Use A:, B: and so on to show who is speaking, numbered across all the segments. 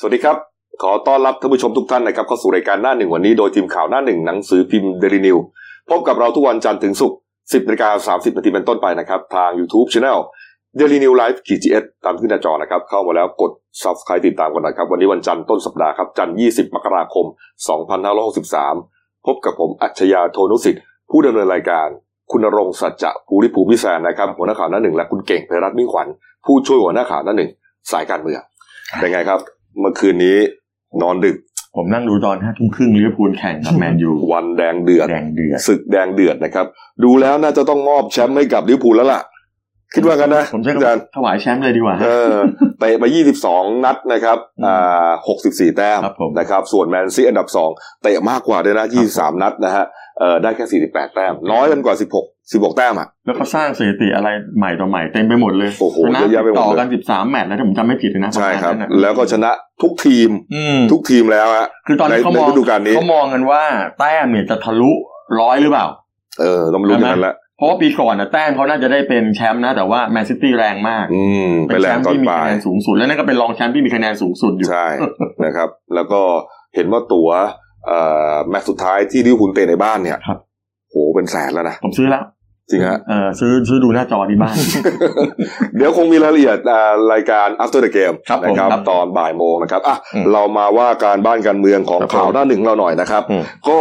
A: สวัสดีครับ ขอต้อนรับท่านผู้ชมทุกท่านนะครับเข้าสู่รายการหน้าหนึ่งวันนี้โดยทีมข่าวหน้าหนึ่งหนังสือพิมพ์เดลินิวพบกับเราทุกวันจันทร์ถึงศุกร์10นาฬิกา30นาทีเป็นต้นไปนะครับ ทาง YouTube Channel d a i l y New Life ขีดจีเอสตามที่ขึ้นหน้าจอนะครับ เข้ามาแล้วกด Subscribe ติดตามกันหนะครับ วันนี้วันจันทร์ต้นสัปดาห์ครับจันทร์20 มกราคม 2563 พบกับผมอัจฉริยะโทนุสิทธิ์ผู้ดำเนินรายการ คุณณรงค์สัจจะภูริภูมิวิสารนะครับหัวหน้าข่าวหน้าหนึ่งและคุณเก่งไพรัตน์มิ่งขวัญผู้ช่วยหัวหน้าข่าวหน้าหนึ่งสายการเมืองเป็นไงครับ เมื่อคืนนี้นอนดึก
B: ผมนั่งดูตอนห้าทุ่มครึ่งลิเวอร์พูลแข่ง กับแมนยู
A: วันแดงเดือด
B: แดงเดือด
A: ศึกแดงเดือดนะครับ ดูแล้วน่าจะต้องมอบแชมป์ให้กับลิเวอร์พูลแล้วล่ะ คิดว่ากันนะ
B: ผมใช้
A: อาจารย์
B: คำถวายแชมป์เลยดีกว่า
A: เออเตะไป 22 นัดนะครับอ่า64 แต้ม
B: ครับผม
A: นะครับ ส่วนแมนซีอันดับ 2 เตะมากกว่าด้วยนะ 23 นัดนะฮะเออได้แค่ 48 แต้ม น้อยกันกว่า 16 16 แต้มอ่ะ
B: แล้วก็สร้างสถิติอะไรใหม่ต่อใหม่เต็มไปหมดเลย
A: โอ้โห
B: ชนะ
A: เยอะแยะไปหมดเลย
B: ต่อกันสิบสามแมตช์แล้วถ้าผมจำไม่ผิดเลยนะ
A: ใช่ครับ
B: ปะมาณนั้นน่ะ
A: แล้วก็ชนะทุกทีม
B: อืม
A: ทุกทีมแล้วฮะ
B: คือตอนนี้
A: ใน
B: เขามอง
A: ในฤดูกาลนี้
B: เขามองกันว่าแต้มเนี่ยจะทะลุร้อยหรือเปล่า
A: เออเรามารู้กันแล้ว
B: เพราะว่าปีก่อนนะแต้มเขาน่าจะได้เป็นแชมป์นะ แต่ว่าแมนซิตี้แรงมาก
A: อืม ไป
B: เป็น
A: แหล
B: แช
A: ง
B: มป์
A: ตอน
B: ที่มี
A: ปลา
B: คะ
A: ย
B: แนนสูงสุด และนั่นก็เป็นรองแชมป์ที่มีคะแนนสูงสุดอยู่
A: ใช่ นะครับ แล้วก็เห็นว่าตัวเอ่อแมตช์สุดท้ายที่ลิเวอร์พูลเตะในบ้านเนี่ย
B: ครับ
A: โหเป็นแสนแล้วนะ
B: ผมซื้อแล้ว
A: จริงฮะ
B: เออซื้อซื้อดูหน้าจอที่บ้าน
A: เดี๋ยวคงมีรายละเอียดอ่ารายการ after the game
B: ครับผ
A: นะ
B: ม
A: ครับ ตอนบ่ายโมงนะครับอ่ะ
B: อืม
A: เรามาว่าการบ้านการเมืองของ
B: ครับผม
A: ข่าวหน้าหนึ่งเราหน่อยนะครับ
B: อืม
A: ก็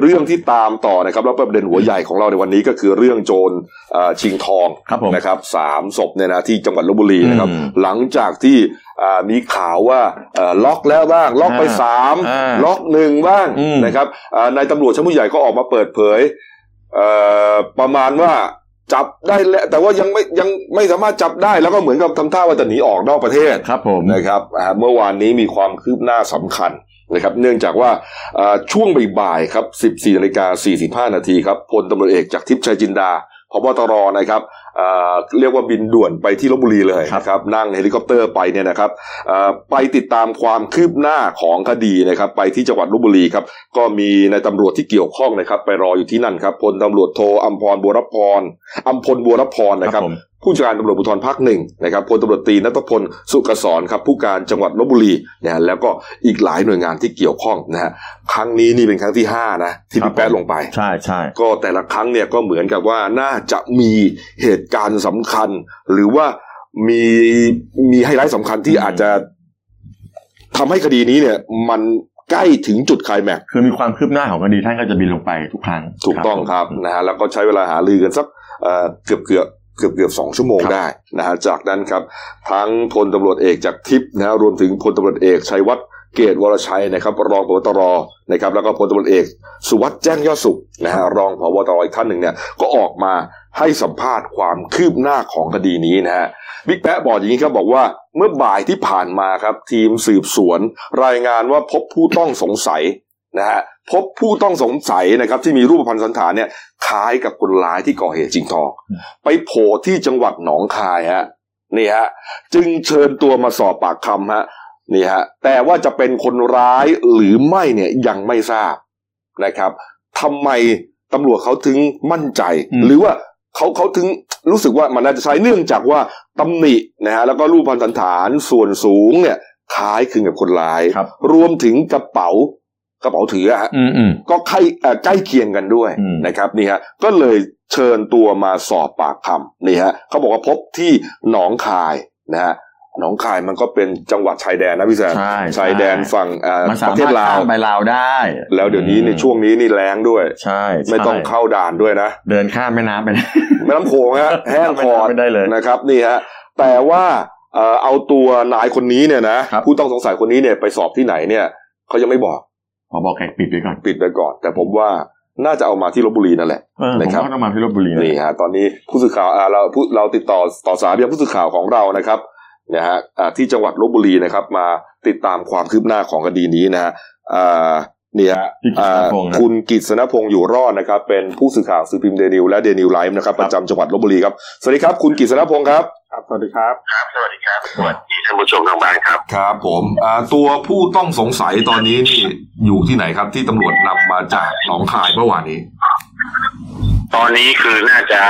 A: เรื่องที่ตามต่อนะครับแล้วประเด็นหัวใหญ่ของเราในวันนี้ก็คือเรื่องโจรเอ่อชิงทอง
B: ครับผม
A: นะครับสามศพเนี่ยนะที่จังหวัดลบบุรีนะครับ
B: อืม
A: หลังจากที่อ่ามีข่าวว่าเอ่อล็อกแล้วบ้าง ล็อกไป
B: อ่า
A: สาม
B: อ่า
A: ล็อกหนึ่งบ้าง
B: อืม
A: นะครับอ่านายตำรวจชั้นผู้ใหญ่ก็ออกมาเปิดเผยเอ่อประมาณว่าจับได้แล้วแต่ว่ายังไม่ยังไม่สามารถจับได้แล้วก็เหมือนกับทำท่าว่าจะหนีออกนอกประเทศ
B: ครับผม
A: นะครับอ่าเมื่อวานนี้มีความคืบหน้าสำคัญนะครับ เนื่องจากว่าอ่าช่วงบ่ายๆครับ 14นาฬิกา45 นาทีครับพลตำรวจเอกจากทิพย์ชัยจินดาพบตรนะครับอ่าเรียกว่าบินด่วนไปที่ลบบุรีเลย
B: ครับ
A: นะครับ นั่งเฮลิคอปเตอร์ไปเนี่ยนะครับอ่าไปติดตามความคืบหน้าของคดีนะครับ ไปที่จังหวัดลบบุรีครับ ก็มีนายตำรวจที่เกี่ยวข้องนะครับ ไปรออยู่ที่นั่นครับพลตำรวจโทอัมพรบัวรพรอัมพลบัวรพรนะครับ
B: ผม
A: ผู้จัดการตำรวจภูธรภาคหนึ่งนะครับพลตำรวจตรีนัทพลสุกษรครับผู้การจังหวัดลบบุรีนะฮะแล้วก็อีกหลายหน่วยงานที่เกี่ยวข้องนะฮะครั้งนี้นี่เป็นครั้งที่ห้านะที่
B: ครับ
A: พี่แป๊ดลงไป
B: ใช่ใช่
A: ก็แต่ละครั้งเนี่ยก็เหมือนกับว่าน่าจะมีเหตุการณ์สำคัญ หรือว่ามีมีไฮไลท์สำคัญที่
B: อืม
A: อาจจะทำให้คดีนี้เนี่ย มันใกล้ถึงจุดไคลายแม็กซ์
B: คือมีความคืบหน้าของคดีท่านก็จะบินลงไปทุกครั้ง
A: ถูกต้องครับ
B: ผม
A: นะฮะแล้วก็ใช้เวลาหารือกันสักเอ่อเกือบเกือบเกือบเกือบสองชั่วโมงได้นะฮะจากนั้นครับ ทั้งพลตำรวจเอกจากทิพย์นะฮะรวมถึงพลตำรวจเอกชัยวัฒน์เกตวรชัยนะครับ รองพบตรนะครับ แล้วก็พลตำรวจเอก สุวัสด์แจ้งยอดสุขนะฮะรองพบตรอีกท่านหนึ่งเนี่ยก็ออกมาให้สัมภาษณ์ความคืบหน้าของคดีนี้นะฮะบิ๊กแป๊ะบอกอย่างนี้ครับบอกว่าเมื่อบ่ายที่ผ่านมาครับ ทีมสืบสวน รายงานว่าพบผู้ต้องสงสัยนะฮะพบผู้ต้องสงสัยนะครับ ที่มีรูปพรรณสันฐานเนี่ยคล้ายกับคนร้ายที่ก่อเหตุจริงทอง ไปโผล่ที่จังหวัดหนองคายฮะนี่ฮะ จึงเชิญตัวมาสอบปากคำฮะนี่ฮะแต่ว่าจะเป็นคนร้ายหรือไม่เนี่ยยังไม่ทราบนะครับทำไมตำรวจเขาถึงมั่นใจ
B: อืม
A: หรือว่าเขาเขาถึงรู้สึกว่ามันน่าจะใช้เนื่องจากว่าตำหนินะฮะแล้วก็รูปพรรณสันฐานส่วนสูงเนี่ยคล้ายคลึงกับคนร้าย
B: ครับ
A: รวมถึงกระเป๋ากระเป๋าถืออะฮะ
B: อืมอืม
A: ก็ใกล้เอ่อใกล้เคียงกันด้วย
B: อืม
A: นะครับนี่ฮะก็เลยเชิญตัวมาสอบปากคำนี่ฮะเขาบอกว่าพบที่หนองคายนะฮะหนองคายมันก็เป็นจังหวัดชายแดนนะพี่แซม
B: ใช่
A: ชายแดน
B: ใช่
A: ฝั่งเอ่อ
B: มันสา
A: ประเท
B: มาร
A: ศ
B: ถ
A: ลาว
B: ข้ามไปลาวได้
A: แล้วเดี๋ยวนี้ในช่วงนี้นี่แรงด้วย
B: ใช่ใช่
A: ไม่ต้องเข้าด่านด้วยนะ
B: เดินข้ามแม่น้ำไปได้
A: แม่น้ำโขงฮะแห้ง
B: ข้าม
A: คอ
B: ม่
A: ด
B: น้ำไม่ได้เลย
A: นะครับนี่ฮะแต่ว่าเอ่อเอาตัวนายคนนี้เนี่ยนะครับ ผู้ต้องสงสัยคนนี้เนี่ยไปสอบที่ไหนเนี่ยเขายังไม่บอก
B: ขอบอกแขกปิดไว้ก่อน
A: ปิดไปก่อน แต่ผมว่าน่าจะเอามาที่ลบบุรีนั่นแหละ
B: เออผม
A: นะครับ
B: ก็ต้องมาที่ลบบุรีนะ
A: นี่ฮะตอนนี้ผู้สื่อข่าวอ่าเราผู้เราติดต่อต่อสายไปยังผู้สื่อข่าวของเรานะครับนะฮะอ่าที่จังหวัดลบบุรีนะครับ มาติดตามความคืบหน้าของคดีนี้นะฮะอ่านี่ฮะ
B: ที่กิจ
A: อ่า
B: การพงษ์นะ
A: คุณกิตสนพงษ์อยู่รอดนะครับ เป็นผู้สื่อข่าวสื่อพิมพ์เดนิวและเดนิวไลฟ์นะครับประจำจังหวัดลบบุรีครับสวัสดีครับคุณกิตสนพงษ์ครับ
C: ครับ สวัสดีครับ
D: ครับสวัสดีครับสวัสดีท่านผู้ชมทางบ้านครับ
A: ครับผมตัวผู้ต้องสงสัยตอนนี้นี่อยู่ที่ไหนครับ ที่ตำรวจนำมาจากหนองคายเมื่อวานนี้
D: ตอนนี้คือน่าจะ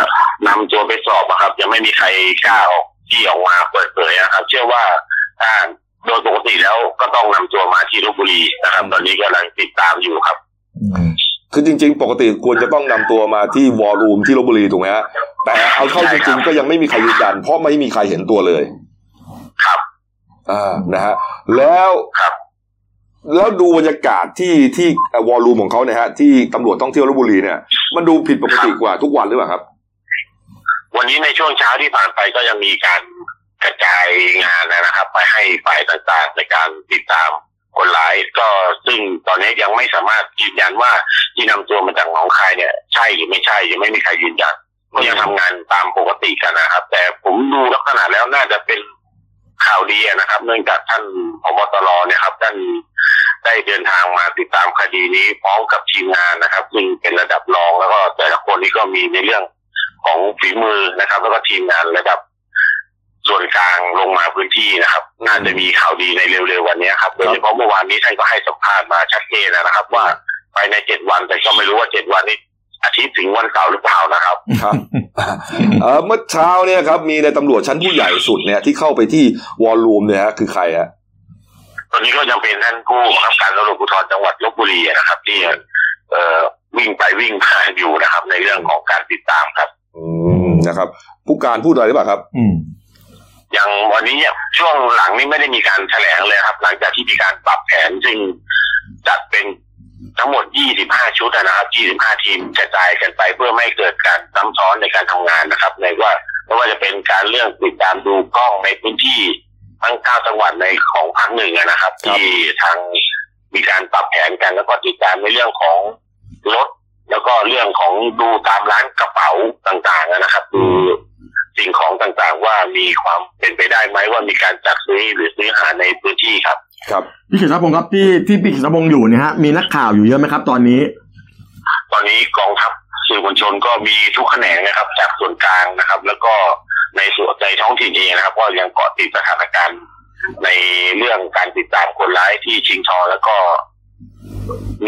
D: นำตัวไปสอบอะครับ ยังไม่มีใครกล้าออกที่ออกมาเปิดเผยอะครับ เชื่อว่าถ้า โดยปกติแล้วก็ต้องนำตัวมาที่ลบบุรีนะครับ ตอนนี้กำลังติดตามอยู่ครับ
A: คือจริง ๆ ปกติควรจะต้องนำตัวมาที่วอลลุ่มที่ลบบุรีถูกไหมฮะแต่เอาเข้าจริงๆก็ยังไม่มีใครยืนยันเพราะไม่มีใครเห็นตัวเลย
D: ครับ
A: อ่านะฮะแล้ว
D: ครับ
A: แล้วดูบรรยากาศที่ที่วอลลุ่มของเขาเนี่ยฮะที่ตำรวจท่องเที่ยวลบบุรีเนี่ย มันดูผิดปกติกว่าทุกวันหรือเปล่าครับ
D: วันนี้ในช่วงเช้าที่ผ่านไปก็ยังมีการกระจายงานนะครับ ไปให้ฝ่ายต่างๆ ในการติดตามคนร้าย ก็ซึ่งตอนนี้ยังไม่สามารถยืนยันว่าที่นำตัวมาจากหนองคายเนี่ยใช่หรือไม่ใช่ยังไม่มีใครยืนยันก็ยังทำงานตามปกติกันนะครับ แต่ผมดูลักษณะแล้วน่าจะเป็นข่าวดีนะครับ เนื่องจากท่านพบตรเนี่ยครับท่านได้เดินทางมาติดตามคดีนี้พร้อมกับทีมงานนะครับ ซึ่งเป็นระดับรองแล้วก็แต่ละคนนี่ก็มีในเรื่อง ของฝีมือนะครับ แล้วก็ทีมงานระดับ ส่วนกลางลงมาพื้นที่นะครับ น่าจะมีข่าวดีในเร็วๆวันนี้ครับโดยเฉพาะเมื่อวานนี้ท่านก็ให้สัมภาษณ์มาชัดเจนนะครับ ว่าภายในเจ็ดวันแต่ก็ไม่รู้ว่าเจ็ดวันนี้อาทิตย์ถึงวันเสาร์หรือเปล่านะครับ
A: ครับ เอ่อเมื่อเช้าเนี่ยครับมีในตำรวจชั้นผู้ใหญ่สุดเนี่ยที่เข้าไปที่วอลลุ่มเนี่ยฮะคือใครฮะ
D: ตอนนี้ก็ยังเป็นท่านผู้บังคับการตำรวจภูธรจังหวัดลบบุรีนะครับ ที่เอ่อวิ่งไปวิ่งมาอยู่นะครับ ในเรื่องของการติดตามครับ
A: อืมนะครับ ผู้การพูดอะไรหรือเปล่าครับ
B: อืม
D: อย่างวันนี้เนี่ยช่วงหลังนี่ไม่ได้มีการแถลงเลยครับ หลังจากที่มีการปรับแผนซึ่งจัดเป็นทั้งหมด 25 ชุดนะครับ 25 ทีมกระจายกันไปเพื่อไม่ให้เกิดการซ้ำซ้อนในการทำงานนะครับ ในว่าไม่ว่าจะเป็นการเรื่องติดตามดูกล้องในพื้นที่ทั้ง 9 จังหวัดในของภาคหนึ่งอะนะครับ
A: ครับ
D: ที่ทางมีการปรับแผนกัน แล้วก็ติดตามในเรื่องของรถ แล้วก็เรื่องของดูตามร้านกระเป๋าต่างๆอะนะครับดูสิ่งของต่างๆ ว่ามีความเป็นไปได้ไหมว่ามีการจัดซื้อหรือซื้อหาในพื้นที่ครับ
A: ครับ
B: พี่กิตติพงศ์ครับที่ที่พี่กิตติพงศ์อยู่เนี่ยฮะมีนักข่าวอยู่เยอะไหมครับ ตอนนี้
D: ตอนนี้กองทัพสื่อมวลชนก็มีทุกแขนงนะครับ จากส่วนกลางนะครับ แล้วก็ในส่วนในท้องถิ่นเองนะครับ ก็ยังเกาะติดสถานการณ์ในเรื่องการติดตามคนร้ายที่ชิงทองแล้วก็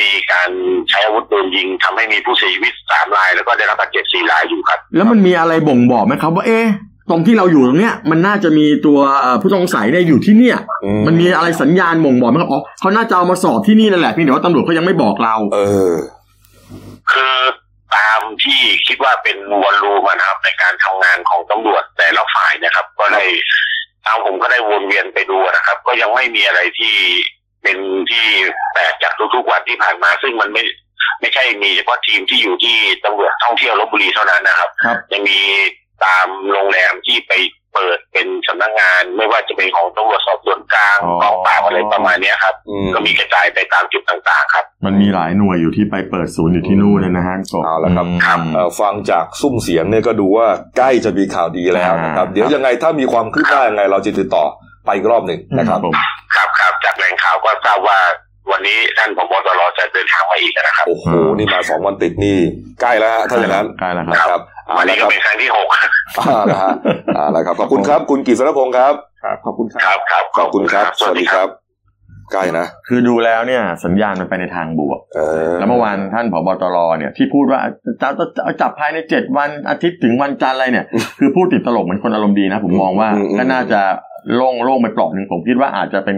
D: มีการใช้อาวุธปืนยิงทำให้มีผู้เสียชีวิตสามราย แล้วก็ได้รับบาดเจ็บสี่รายอยู่ครับ
B: แล้วมันมีอะไรบ่งบอกไหมครับ ว่าเอ๊ะตรงที่เราอยู่ตรงเนี้ยมันน่าจะมีตัวเอ่อผู้ต้องสงสัยเนี่ยอยู่ที่เนี่ย มันมีอะไรสัญญาณบ่งบอกไหมครับอ๋อเขาน่าจะเอามาสอบที่นี่นั่นแหละเพี่เดี๋ยวว่าตำรวจเขายังไม่บอกเรา
A: เออ
D: คือตามที่คิดว่าเป็นวอลลุ่มอะนะครับ ในการทำงานของตำรวจแต่ละฝ่ายนะครับ ก็ได้ทางผมก็ได้วนเวียนไปดูนะครับ ก็ยังไม่มีอะไรที่เป็นที่แปลกจากทุกๆวันที่ผ่านมา ซึ่งมันไม่ไม่ใช่มีเฉพาะทีมที่อยู่ที่ตำรวจท่องเที่ยวลบบุรีเท่านั้นนะครับ
B: ครับ
D: ยังมีตามโรงแรมที่ไปเปิดเป็นสำนักงาน ไม่ว่าจะเป็นของตำรวจสอบสวนกลาง
A: อ๋อ
D: กองปราบอะไรประมาณเนี้ยครับ
A: อืม
D: ก็มีกระจายไปตามจุดต่างๆครับ
B: มันมีหลายหน่วยอยู่ที่ไปเปิดศูนย์อยู่ที่นู่นนะฮะก็
A: เอาละครับ
B: ครับ
A: เอ่อฟังจากซุ้มเสียงเนี่ยก็ดูว่าใกล้จะมีข่าวดีแล้วนะครับ
B: อ่า
A: เดี๋ยวยังไงถ้ามีความคืบหน้ายังไง เราจะติดต่อไปอีกรอบหนึ่งนะครับ
B: ผม
D: ครับครับจากแหล่งข่าวก็ทราบว่าวันนี้ท่านผบตรจะเดินทางมาอีกนะครับ
A: โอ้โหนี่มาสองวันติดนี่ใกล้แล้วฮะถ้าอย่างนั้น
B: ใกล้แล้วค
A: นะ
B: รับ
A: ครับเอา
D: วัน
A: ละ
D: นี้
A: ค
D: ก็
A: รับ
D: เป็นครั้งที่หก
A: เอาละฮะเอาละครับขอบคุณครับ คุณกฤษณพงศ์ครับ
B: ครับขอบคุณค
D: ครับ รับครับ
A: ขอบคุณครับ สวัสดีครับ ใกล้นะ
B: คือดูแล้วเนี่ยสัญญาณมันไปในทางบวก
A: เออ
B: แล้วเมื่อวานท่านผบตรเนี่ยที่พูดว่าจะจะจะจับภายในเจ็ดวันอาทิตย์ถึงวันจันทร์อะไรเนี่ย คือพูดติดตลกเหมือนคนอารมณ์ดีนะ ผมมองว่า
A: อืมอืม
B: ก็น่าจะโล่งโล่งไปเปลอกหนึ่งผมคิดว่าอาจจะเป็น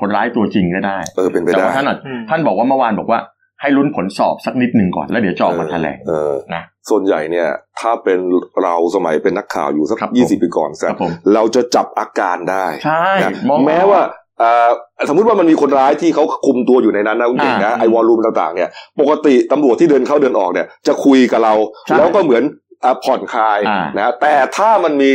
B: คนร้ายตัวจริงก็ได้
A: เออเป็นไป
B: แต่
A: ได้
B: ว่าท่านอ่ะท่านบอกว่าเมื่อวานบอกว่าให้ลุ้นผลสอบสักนิดหนึ่งก่อนแล้วเดี๋ยวจะออกมาแถลง
A: เออ
B: นะ
A: ส่วนใหญ่เนี่ย ถ้าเป็นเราสมัยเป็นนักข่าวอยู่สักยี่สิบปีก่อนแซ
B: ค
A: ม
B: รับผม
A: เราจะจับอาการได้
B: ใช่
A: นะ
B: มอง
A: แม้ว่าเอ่อสมมติว่ามันมีคนร้ายที่เขาคุมตัวอยู่ในนั้นนะคุณเก่งนะ
B: อ่า
A: ไอวอลลุ่มต่างๆเนี่ยปกติตำรวจที่เดินเข้าเดินออกเนี่ยจะคุยกับเรา
B: ใช่
A: แล้วก็เหมือนอ่ะผ่อนคลาย
B: อ่าน
A: นะแต่ถ้ามันมี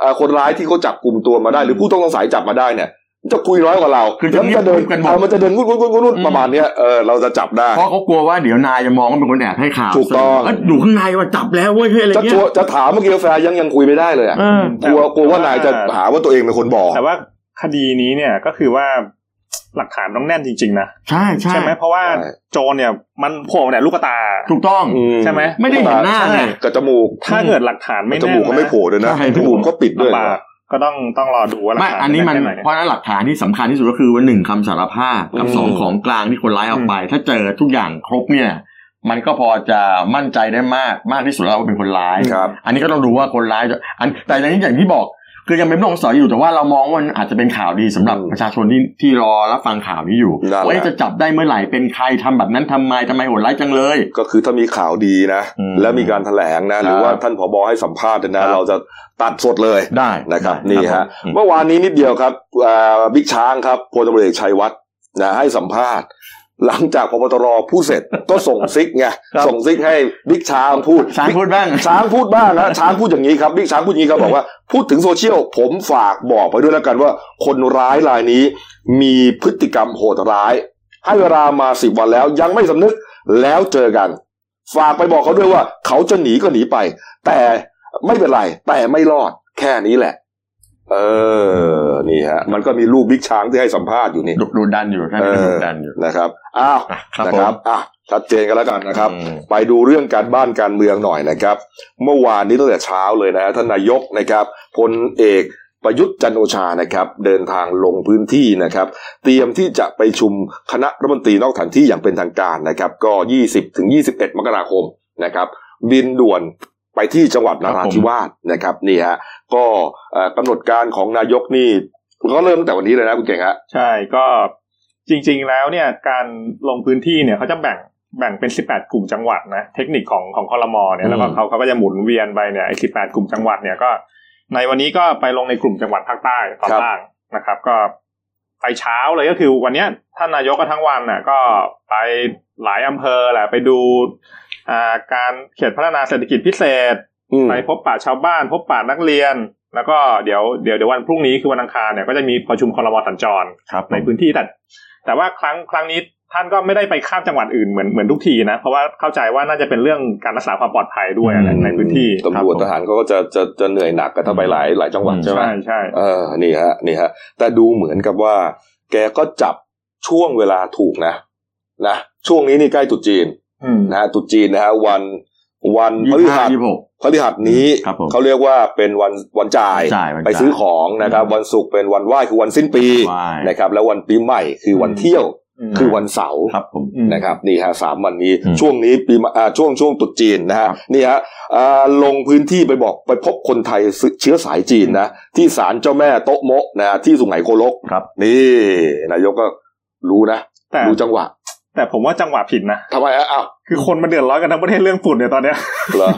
A: เอ่อคนร้ายที่เขาจับกลุ่มตัวมาได้ หรือผู้ต้องสงสัยจับมาได้เนี่ยมันจะคุยน้อยกว่าเรา
B: คือ
A: แล้ว
B: จะ
A: มั
B: เงี
A: น
B: ยบ
A: จะเดิน
B: กันหมด
A: เออมันจะเดินวุ่นวุ่นวุ่น
B: อืม
A: ประมาณเนี้ยเออเราจะจับได้
B: เพราะเขากลัวว่าเดี๋ยวนายจะมองว่าเป็นคนแอบให้ข่าว
A: ถูกต้อง
B: เยดูข้างในว่าจับแล้วเว้ยเฮ้ยอะไร
A: จะ
B: เงี้
A: ชวย นจะถามเมื่อกี้แฟนยังยังคุยไม่ได้เลยอะ
B: เออ
A: กลัวกลัวว่านายจะหาว่าตัวเองเป็นคนบอก
C: แต่ว่าคดีนี้เนี่ยก็คือว่าหลักฐานต้องแน่นจริง ๆ นะ
B: ใช่ใช่
C: ไหมเพราะว่า
A: ใช่
C: โจรเนี่ยมันโผล่มาแต่ลูกตา
B: ถูกต้อง
A: อื
C: ใช่ไหม
B: ไม่ได้เห็นหน้า
C: ใช่
B: ไง
A: กับจมูก
C: ถ้าเกิดหลักฐานไม่
A: จ
C: แน่น
A: มูกก็ไม่โผล่ด้วยนะ
B: ใช่
A: จมูกก็ปิดด้วย
C: ลำ
A: นะ
C: บากก็ต้องต้องรอดูว่าหลัก
B: ไม่
C: ฐาน
B: อันนี้มัน
C: แค่ไห
B: เพราะฉะนั้นหลักฐานที่สำคัญที่สุดก็คือว่าหนึ่งคำสารภาพกับ
A: อืม
B: สองของกลางที่คนร้ายเอาไป ถ้าเจอทุกอย่างครบเนี่ย มันก็พอจะมั่นใจได้มากมากที่สุดแล้วว่าเป็นคนร้าย
A: ครับ
B: อันนี้ก็ต้องดูว่าคนร้ายจะอันแต่อย่างนี้อย่างที่บอก คือยังเป็นผู้ต้องสงสัยอยู่แต่ว่าเรามองว่ามันอาจจะเป็นข่าวดีสำหรับ
A: อืม
B: ประชาชนที่ที่รอรับฟังข่าวนี้อยู่
A: นั่นแหละ
B: ว่าเอ๊ะจะจับได้เมื่อไหร่เป็นใครทำแบบนั้นทำไมทำไมโหดร้ายจังเลย
A: ก็คือถ้ามีข่าวดีนะ
B: อืม
A: แล้วมีการแถลงนะ หรือว่าท่านผบให้สัมภาษณ์เนี่ยนะครับ เราจะตัดสดเลย
B: ได้
A: นะครับ
B: ได้
A: นี่ฮะ
B: ผม
A: เมื่อวานนี้นิดเดียวครับอ่าบิ๊กช้างครับพลตำรวจเอกชัยวัฒน์นะให้สัมภาษณ์ หลังจากพบตรพูดเสร็จ ก็ส่งซิกไง
B: ครับ
A: ส่งซิกให้บิ๊กช้างพูด
B: ช้างพูดบ้าง
A: ช้างพูดบ้างนะช้างพูดอย่างนี้ครับบิ๊กช้างพูดอย่างนี้ครับบอกว่าพูดถึงโซเชียลผมฝากบอกไปด้วยแล้วกันว่า คนร้ายรายนี้มีพฤติกรรมโหดร้าย ให้เวลามาสิบวันแล้วยังไม่สำนึกแล้วเจอกัน ฝากไปบอกเขาด้วยว่า เขาจะหนีก็หนีไป แต่ไม่เป็นไร แต่ไม่รอดแค่นี้แหละ เออนี่ฮะ มันก็มีรูปบิ๊กช้างที่ให้สัมภาษณ์อยู่นี่
B: ดุดุดันอยู่ท่าน
A: เอ
B: ก็ดุ
A: อ
B: ดันอยู่
A: นะครับอ้าว
B: อ่ะครั
A: นะ
B: บผม
A: อ่ะชัดเจนกันแล้วกันนะครับ
B: อืม
A: ไปดูเรื่องการบ้านการเมืองหน่อยนะครับ เมื่อวานนี้ตั้งแต่เช้าเลยนะฮะท่านนายกนะครับพลเอกประยุทธ์จันทร์โอชานะครับ เดินทางลงพื้นที่นะครับ เตรียมที่จะไปชุมคณะรัฐมนตรีนอกสถานที่อย่างเป็นทางการนะครับ ก็ 20ถึง21 มกราคมนะครับ บินด่วนไปที่จังหวัดนราธิวาสนะครับนี่ฮะก็เอ่อกำหนดการของนายกนี่ก็เริ่มตั้งแต่วันนี้เลยนะคุณเก่งฮะ
C: ใช่ก็จริงๆแล้วเนี่ยการลงพื้นที่เนี่ยเขาจะแบ่งแบ่งเป็น 18 กลุ่มจังหวัดนะเทคนิคของของคอรมอเนี่
A: อืม
C: ยแล้วก็เขาเขาก็จะหมุนเวียนไปเนี่ยไอ้18 กลุ่มจังหวัดเนี่ยก็ ในวันนี้ก็ไปลงในกลุ่มจังหวัดภาคใต้ตอนล่างนะครับ ก็ไปเช้าเลยก็คือวันเนี้ยท่านนายกก็ทั้งวันน่ะก็ไปหลายอำเภอแหละไปดูอ่าการเขตพัฒนาเศรษฐกิจพิเศษ
A: อืม
C: ไปพบปะชาวบ้าน พบปะนักเรียน แล้วก็เดี๋ยวเดี๋ยวเดี๋ยววันพรุ่งนี้คือวันอังคารเนี่ยก็จะมีประชุมคอรมอสัญจร
B: ครับผม
C: ในพื้นที่แต่แต่ว่าครั้งครั้งนี้ท่านก็ไม่ได้ไปข้ามจังหวัดอื่นเหมือนเหมือนทุกทีนะ เพราะว่าเข้าใจว่าน่าจะเป็นเรื่องการรักษาความปลอดภัยด้วยอะไรในพื้นที่
A: ตำรวจ
C: ค
A: ท
C: บผม
A: หารเขาก็จะจะจะเหนื่อยหนักกันถ้าไปหลายหลายจังหวัด
B: อืม
A: ใช่ไหม
C: ใช่ใช่
A: เออ นี่ฮะ นี่ฮะ แต่ดูเหมือนกับว่า แกก็จับช่วงเวลาถูกนะ นะ ช่วงนี้นี่ใกล้ตรุษจีน
C: อืม
A: นะฮะตรุษจีนนะฮะ วัน วันพ
B: ยี่
A: ฤ
B: สิบ
A: หัส
B: ห้ายี่สิบหก
A: พฤหัสนี้
B: ครับผม
A: เขาเรียกว่าเป็นวัน วันจ่าย
B: จ่ายวัน
A: ไป
B: จ่าย
A: ซื้อของนะครับ วันศุกร์เป็นวันไหว้คือวันสิ้นปี
B: ไหว้
A: นะครับ แล้ววันปีใหม่คือวันเที่ยว
C: ม
A: คือวันเสาร์
B: ครับผม
C: อืม
A: นะครับนี่ฮะสามวันนี้
B: อืม
A: ช่วงนี้ปีมาอ่าช่วงช่วงตรุษจีนนะฮะ
B: ครับ
A: นี่ฮะอ่าลงพื้นที่ไปบอกไปพบคนไทยเชื้อสายจีนนะ ที่ศาลเจ้าแม่โต๊ะโมะนะฮะที่สุไหงโกลก
B: ครับ
A: นี่นายกก็รู้นะ
C: แต่
A: รู้จังหวะ
C: แต่ผมว่าจังหวะผิดนะ
A: ทำไมฮะอ้าว
C: คือคนมันเดือดร้อนกันทั้งประเทศเรื่องฝุ่นเนี่ยตอนเนี้ย
A: เหรอ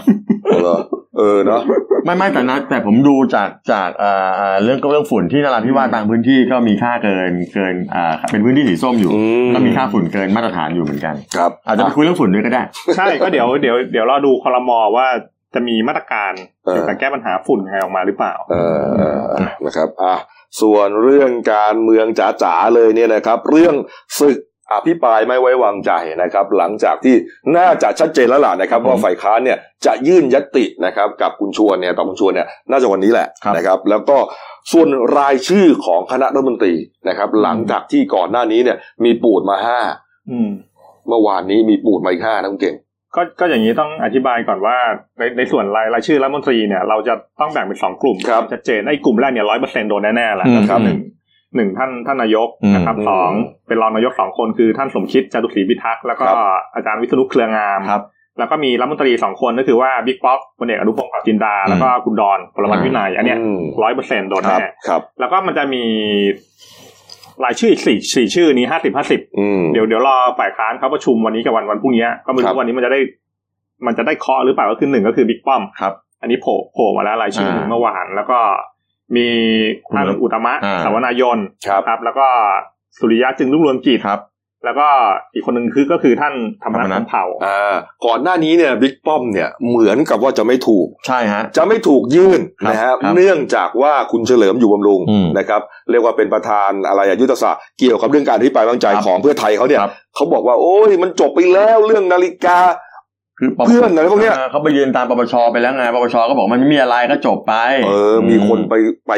A: เหรอเออเนาะ
B: ไม่ไม่แต่นะแต่ผมดูจากจากเอ่อเอ่อเรื่องก็เรื่องฝุ่นที่นราธิวาสบางพื้นที่ก็มีค่าเกินเกินอ่าเป็นพื้นที่สีส้มอยู่
A: อืม
B: ก็มีค่าฝุ่นเกินมาตรฐานอยู่เหมือนกัน
A: ครับ
B: อาจจะไปคุยเรื่องฝุ่นด้วยก็ได้
C: ใช่ก็เดี๋ยวเดี๋ยวเดี๋ยวรอดูคอรมอว่าจะมีมาตรการเกี่ยวกับแก้ปัญหาฝุ่นยังไงออกมาหรือเปล่า
A: เออเออเออนะครับอ่ะส่วนเรื่องการเมืองจ๋าๆเลยเนี่ยนะครับ เรื่องศึกอภิปรายไม่ไว้วางใจนะครับ หลังจากที่น่าจะชัดเจนแล้วล่ะนะครับ
B: ครับผม
A: ว่าฝ่ายค้านเนี่ยจะยื่นยตตินะครับ กับคุณชวนเนี่ยต่อคุณชวนเนี่ยน่าจะวันนี้แหละ
B: ครับ
A: นะครับ แล้วก็ส่วนรายชื่อของคณะรัฐมนตรีนะครับ หลังจากที่ก่อนหน้านี้เนี่ย มีปูดมาห้า
C: อืม
A: เมื่อวานนี้มีปูดมาอีกห้านะคุณเก่ง
C: ก็ก็อย่างนี้ต้องอธิบายก่อนว่าในในส่วนรายรายชื่อรัฐมนตรีเนี่ยเราจะต้องแบ่งเป็นสองกลุ่ม
A: ครับ
C: ชัดเจนไอ้กลุ่มแรกเนี่ยร้อยเปอร์เซ็นโดนแน่ๆแหละ
B: อืม
C: นะครับ
B: อืม
C: หนึ่งหนึ่งท่านท่านนายก
B: อืม
C: นะครับสองเป็นรองนายกสองคนคือท่านสมคิดจารุศรีพิทักษ์แล้วก็
A: ครับ
C: อาจารย์วิษณุเครืองาม
B: ครับ
C: แล้วก็มีรัฐมนตรีสองคนก็คือว่าบิ๊กป๊อกพลเอกอนุพงศ์เผ่าจินดา แล้วก็คุณดอนปรมัตถ์วินัยอันเนี้ย
A: ม
C: ร้อยเปอร์เซ็นโดน
A: ครับ
C: แน่
A: ครับ
C: แล้วก็มันจะมีรายชื่ออีกสี่สี่ชื่อนี้ห้าสิบห้าสิบ
A: อืม
C: เดี๋ยวเดี๋ยวรอฝ่ายค้านเขาประชุมวันนี้กับวันวันพรุ่งนี้ก็ไม่
A: ครั
C: รู้
A: บ
C: วันนี้มันจะได้ มันจะได้เคาะหรือเปล่าก็คือหนึ่งก็คือบิ๊กป้อม
B: ครับ
C: อันนี้โผล่โผล่มาแล้วรายชื่อ
B: อ่า
C: เมื่อวานแล้วก็มีท่าน
B: คุณ
C: อุตมะ
B: อ่า
C: สาวนายน
A: ครับ
C: ครับ แล้วก็สุริยะจึงรุ่งเรืองกิจ
B: ครับ
C: แล้วก็อีกคนหนึ่งคือก็คือท่านธรรมนัฐ
B: ธรรมนัส
C: พรหมเผ่า
A: อ่าก่อนหน้านี้เนี่ยบิ๊กป้อมเนี่ยเหมือนกับว่าจะไม่ถูก
B: ใช่ฮะ
A: จะไม่ถูกยื่น
B: ครับ
A: นะฮะ
B: ครับ
A: เนื่องจากว่าคุณเฉลิมอยู่บำรุง
B: อืม
A: นะครับเรียกว่าเป็นประธานอะไรอะยุทธศาสตร์เกี่ยวกับเรื่องการอภิปรายไม่วางใจ
B: ครับ
A: ของเพื่อไทยเขาเนี่ย
B: ครับ
A: เขาบอกว่า โอ้ยมันจบไปแล้วเรื่องนาฬิกา
B: คือปป
A: เพื่อนอะไรพวกเนี้ย
B: เขาไปยืนตามปปชไปแล้วไงปปชก็บอกมันไม่มีอะไรก็จบไป
A: เออ มีคนไปไป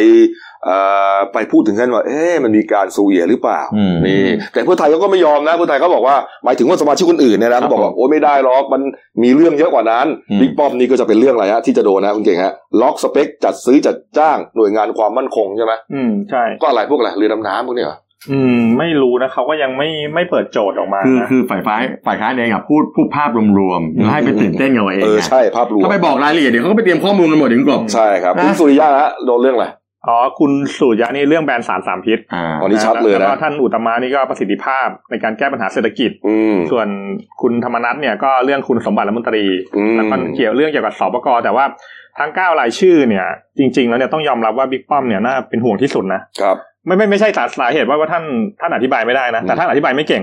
A: เอ่อไปพูดถึงกันว่า เอ๊ะมันมีการซูเหยหรือเปล่า
B: อืม
A: นี่แต่เพื่อไทยเขาก็ไม่ยอมนะเพื่อไทยเขาบอกว่าหมายถึงว่าสมาชิกคนอื่นเนี่ยนะ
B: ครั
A: เขา
B: บ
A: บอกว่าโอ้ยไม่ได้หรอกมันมีเรื่องเยอะกว่านั้น
B: อืม
A: บิ๊กป้อมนี่ก็จะเป็นเรื่องอะไรฮะที่จะโดนนะคุณเก่งฮะล็อกสเปคจัดซื้อจัดจ้างหน่วยงานความมั่นคงใช่ไหม
C: อืมใช่
A: ก็อะไรพวกอะไรเรือดำน้ำพวกนี้เหรอ
C: อืม ไม่รู้นะเขาก็ยังไม่ไม่เปิดโจทย์ออกมา
B: คือ
C: นะ
B: คือฝ่ายฟ้ายฝ่ายค้านเองอะพูดพูดภาพรวมๆแล้วให้ไปตื่นเต้นกับเราเอง
A: เออ
B: ไง
A: ใช่ภาพรวม
B: ถ้าไปบอกรายละเอียดเดี๋ยวเขาก็ไปเตรียมข้อมูลกันหมดถึงกบ
A: ใช่ครับ
B: นะ
A: คุณสุริยะฮะโดนเรื่องอะไร
C: อ๋อคุณสุริยะนี่เรื่องแบนสารสามพิษ
B: อ่า
A: อันนี้ชัดเลย
C: แว
A: นะ
C: ก็ท่านอุตตมานี่ก็ประสิทธิภาพในการแก้ปัญหาเศรษฐกิจ
A: อืม
C: ส่วนคุณธรรมนัทเนี่ยก็เรื่องคุณสมบัติรัฐมนตรี
A: อืม
C: แล้วก็เกี่ยวเรื่องเกี่ยวกับสปกแต่ว่าทั้งเก้ารายชื่อเนี่ยจริง ๆ แล้วเนี่ยต้องยอมรับว่าบิ๊กป้อมเนี่ยน่าเป็นห่วงที่สุดนะครับ ไม่ไม่ไม่ใช่สาสาเหตุว่าว่าท่านท่านอธิบายไม่ได้นะแต่ท่านอธิบายไม่เก่ง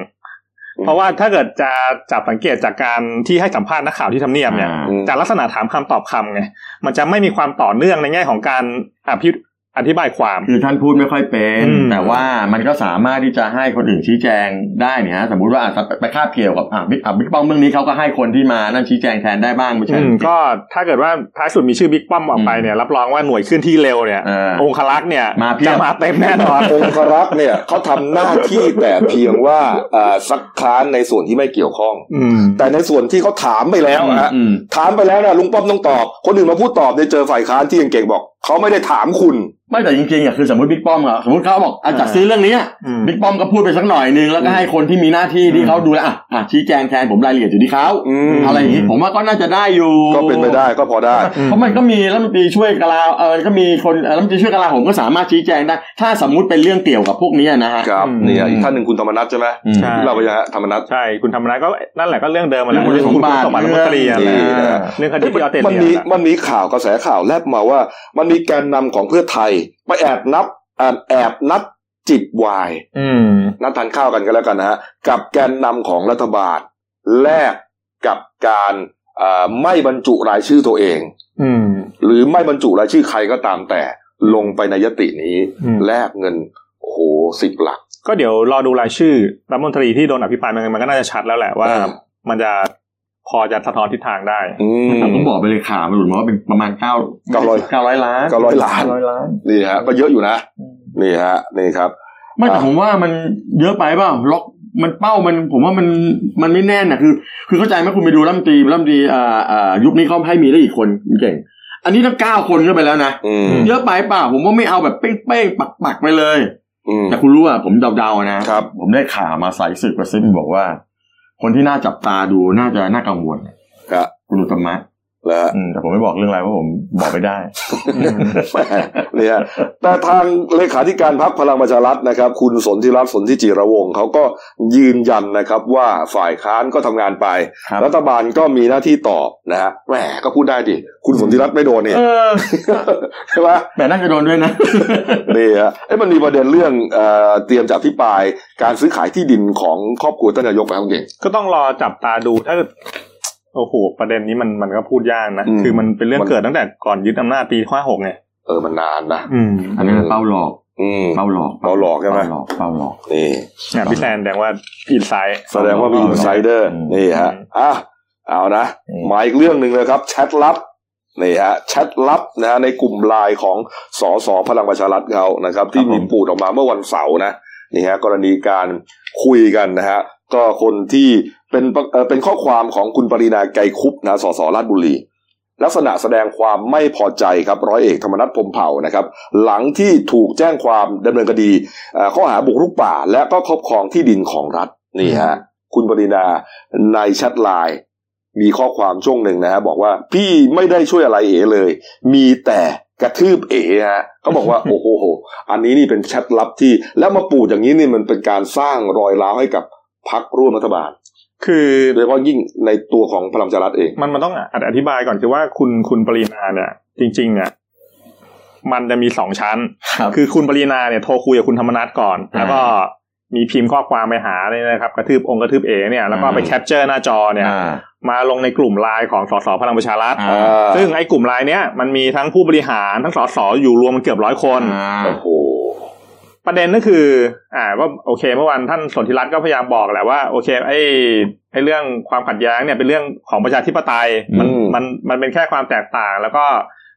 A: อืม
C: เพราะว่าถ้าเกิดจะจับสังเกตจากการที่ให้สัมภาษณ์นักข่าวที่ทำเนียบเนี่ย
A: อืม
C: จากลักษณะถามคำตอบคำไงมันจะไม่มีความต่อเนื่องในแง่ของการอภิอธิบายความ
B: คือท่านพูดไม่ค่อยเป็น
C: อืม
B: แต่ว่ามันก็สามารถที่จะให้คนอื่นชี้แจงได้เนี่ยฮะสมมุติว่าอาจจะไปคาบเกี่ยวกับอ่ะบิ๊กอ่ะบิ๊กป้อมเรื่องนี้เขาก็ให้คนที่มานั่นชี้แจงแทนได้บ้างไม่ใช่
C: อื
B: เห
C: ม
B: รอ
C: ก็ถ้าเกิดว่าท้ายสุดมีชื่อบิ๊กป้อมออกไปเนี่ยรับรองว่าหน่วยขึ้นที่เร็วเนี่ย
B: เออ
C: องคลักษ์เนี่ย
B: มาเพียบ
C: จะมาเต็มแน่นอน
A: องครักษ์เนี่ยเขาทำหน้าที่แต่เพียงว่าอ่าซักค้านในส่วนที่ไม่เกี่ยวข้อง
C: อืม
A: แต่ในส่วนที่เขาถามไปแล้วอะฮะ
B: อืม
A: ถามไปแล้วนะลุงป้อมต้องตอบ คนอื่นมาพูดตอบในยเจอฝ่ายค้านที่ยังเก่งบอกเขาไม่ได้ถามคุณ
B: ไม่แต่จริงๆอ่ะคือสมมติบิ๊กป้อมอ่ะสมมติเขาบอกอาจจะซื้อเรื่องนี้อ่ะ
C: อืม
B: บิ๊กป้อมก็พูดไปสักหน่อยนึงแล้วก็ให้คนที่มีหน้าที่ที่เขาดูแลอ่ะอ่ะชี้แจงแทนผมรายละเอียดอยู่ที่เขา
A: อืม
B: อะไรอย่างนี้ผมว่าก็น่าจะได้อยู่
A: ก็เป็นไปได้ก็พอได้
B: เพราะมันก็มีรัฐมนตรีช่วยกลาเออก็มีคนเอ่อรัฐมนตรีช่วยกลาผมก็สามารถชี้แจงได้ ถ้าสมมุติเป็นเรื่องเกี่ยวกับพวกนี้นะฮะ
A: ครับ
C: อืม
A: เนี่ยอีกท่านหนึ่งคุณธรรมนัทใช่ไหม
B: อืม
C: ใช่
A: เราไปยังฮะธรรมนัท
C: ใช่ คุณธรรมนัฐก็นั่นแหละก็เรื่องเดิมมาแล้ว
B: เรื่อง
C: ของคุณ
B: คุณ
C: ส
B: ส
C: ม
B: มบั
C: บั
B: ติ
C: ติรัฐมนตรีอะไร
A: เรื่อง
C: เออเรื่องคดีที่ออสเตร
A: มัน
C: เลีย
A: มี
C: นั่นแหละ
A: มันมีข่าวกระแสข่าวแลบมาว่า มันมีแกนนำของเพื่อไทยไปแอบนับแอบแอบนัดจิบวาย
C: อืม
A: นัดทานข้าวกันกันแล้วกันนะฮะกับแกนนำของรัฐบาลแลกกับการเอ่อไม่บรรจุรายชื่อตัวเอง
C: อืม
A: หรือไม่บรรจุรายชื่อใครก็ตามแต่ลงไปในยตินี้
C: อืม
A: แลกเงินโอ้โหสิบหลัก
C: ก็เดี๋ยวรอดูรายชื่อรัฐมนตรีที่โดนอภิปรายมันมันก็น่าจะชัดแล้วแหละว่า
A: เออ
C: มันจะพอจะสะท้อนทิศทางได้
A: อืม
B: ผมบอกไปเลยข่าวมันหลุดมาว่าเป็นประมาณเก้า
A: เก้าร้อย
B: เก้าร้อยล้าน
A: เก้าร้อยล้าน
B: เก้ร้อยล้าน
A: นี่ฮะก็เยอะอยู่นะ นี่ฮะนี่ครับ
B: ไม่แต่
A: อ่ะ
B: ผมว่ามันเยอะไปเปล่าล็อกมันเป้ามันผมว่ามันมันไม่แน่นนะคือ คือเข้าใจไหมคุณไปดูรัฐมนตรีรัฐมนตรีอ่าอ่ายุคนี้เขาให้มีได้อีกคนเก่ง อันนี้ตั้งเก้าคนขึ้นไปแล้วนะ
A: อืม
B: เยอะไปเปล่าผมว่าไม่เอาแบบเป้งๆปักๆไปเลย
A: อืม
B: แต่คุณรู้ว่าผมเดาๆนะครับ ผมได้ข่าวมาสายสืบกระซิบบอกว่า คนที่น่าจับตาดูน่าจะน่ากังวล
A: ครับ
B: คุณอุตมะ
A: แล้วฮะ
B: อืมแต่ผมไม่บอกเรื่องอะไรเพราะผมบอก ไม่ได้
A: แหม่ เนี่ยแต่ทางเลขาธิการพักพลังประชารัฐนะครับ คุณสนธิรัตน์สนธิจิระวงศ์เขาก็ยืนยันนะครับว่าฝ่ายค้านก็ทำงานไป
B: ครับ
A: รัฐบาลก็มีหน้าที่ตอบนะฮะแหมก็พูดได้ดิคุณสนธิรัตน์ไม่โดนเนี่ย
B: เออ
A: ใช่ไหม
B: แต่น่าจะโดนด้วยนะ
A: นี่ฮะเอ้ยมันมีประเด็นเรื่องเอ่อเตรียมจะอภิปรายการซื้อขายที่ดินของครอบครัวท่านนายกนะครับคุณเก่ง
C: ก็ต้องรอจับตาดูถ้าโอ้โหประเด็นนี้มันมันก็พูดยากนะ
A: อืม
C: คือมันเป็นเรื่อง
A: มัน
C: เกิดตั้งแต่ก่อนยึดอำนาจปีห้าหกไง
A: เออมันนานนะ
C: อืม
B: อันนั้นเป้าหลอก
A: อืม
B: เป้าหลอก
A: เป้าหลอกใช่ไหม
B: เป้าหลอกเป้าหลอก
A: นี่
C: เนี่ยพี่แซนแสดงว่าอินไซด์
A: แสดงว่ามีอินไซเดอร์นี่ฮะอ่ะเอานะ
B: อืม
A: มาอีกเรื่องหนึ่งเลยครับแชทลับนี่ฮะแชทลับนะฮะในกลุ่มไลน์ของสสพลังประชารัฐเขานะครับ ที่
B: ครับผม
A: มีปูดออกมาเมื่อวันเสาร์นะนี่ฮะกรณีการคุยกันนะฮะก็คนที่เป็นปะเอ่อเป็นข้อความของคุณปรินาไกรคุปนะสสราชบุรี ลักษณะแสดงความไม่พอใจครับร้อยเอกธรรมนัฐพรหมเผ่านะครับ หลังที่ถูกแจ้งความดำเนินคดีเอ่อข้อหาบุกรุกป่า และก็ครอบครองที่ดินของรัฐนี่ฮะคุณปรินาในแชทไลน์ มีข้อความช่วงหนึ่งนะฮะบอกว่าพี่ไม่ได้ช่วยอะไรเอ๋เลย มีแต่กระทืบเอ๋ฮะเขาบอกว่า โอ้โหโห อันนี้นี่เป็นแชทลับที่ แล้วมาปูดอย่างนี้นี่มันเป็นการสร้างรอยร้าวให้กับพรรคร่วมรัฐบาล
C: คือ
A: โดยเฉพาะยิ่งในตัวของพลังประชารัฐเอง
C: มันมันต้องอธิบายก่อนคือว่าคุณคุณปรีนาเนี่ย จริง ๆ เนี่ย มันจะมีสองชั้น
B: ครับ
C: คือคุณปรีนาเนี่ยโทรคุยกับคุณธรรมนัทก่อน
B: อ่า
C: แล้วก็มีพิมพ์ข้อความไปหาเนี่ยนะครับ กระทืบองค์กระทืบเอเนี่ยแล้วก็ไป
B: อ่า
C: แคปเจอร์หน้าจอเนี่ย
B: อ่า
C: มาลงในกลุ่มไลน์ของสสพลังประชารัฐ
B: อ่า
C: ซึ่งไอ้กลุ่มไลน์เนี้ยมันมีทั้งผู้บริหารทั้งสสอยู่รวมมันเกือบร้อยคน
B: อ่า
A: โอ้โห
C: ประเด็นก็คือ อ่าว่าโอเค เมื่อวานท่านสนธิรัตน์ก็พยายามบอกแหละว่าโอเคไอ้ไอ้เรื่องความขัดแย้งเนี่ยเป็นเรื่องของประชาธิปไตยมัน
A: อืม
C: มันมันเป็นแค่ความแตกต่าง แล้วก็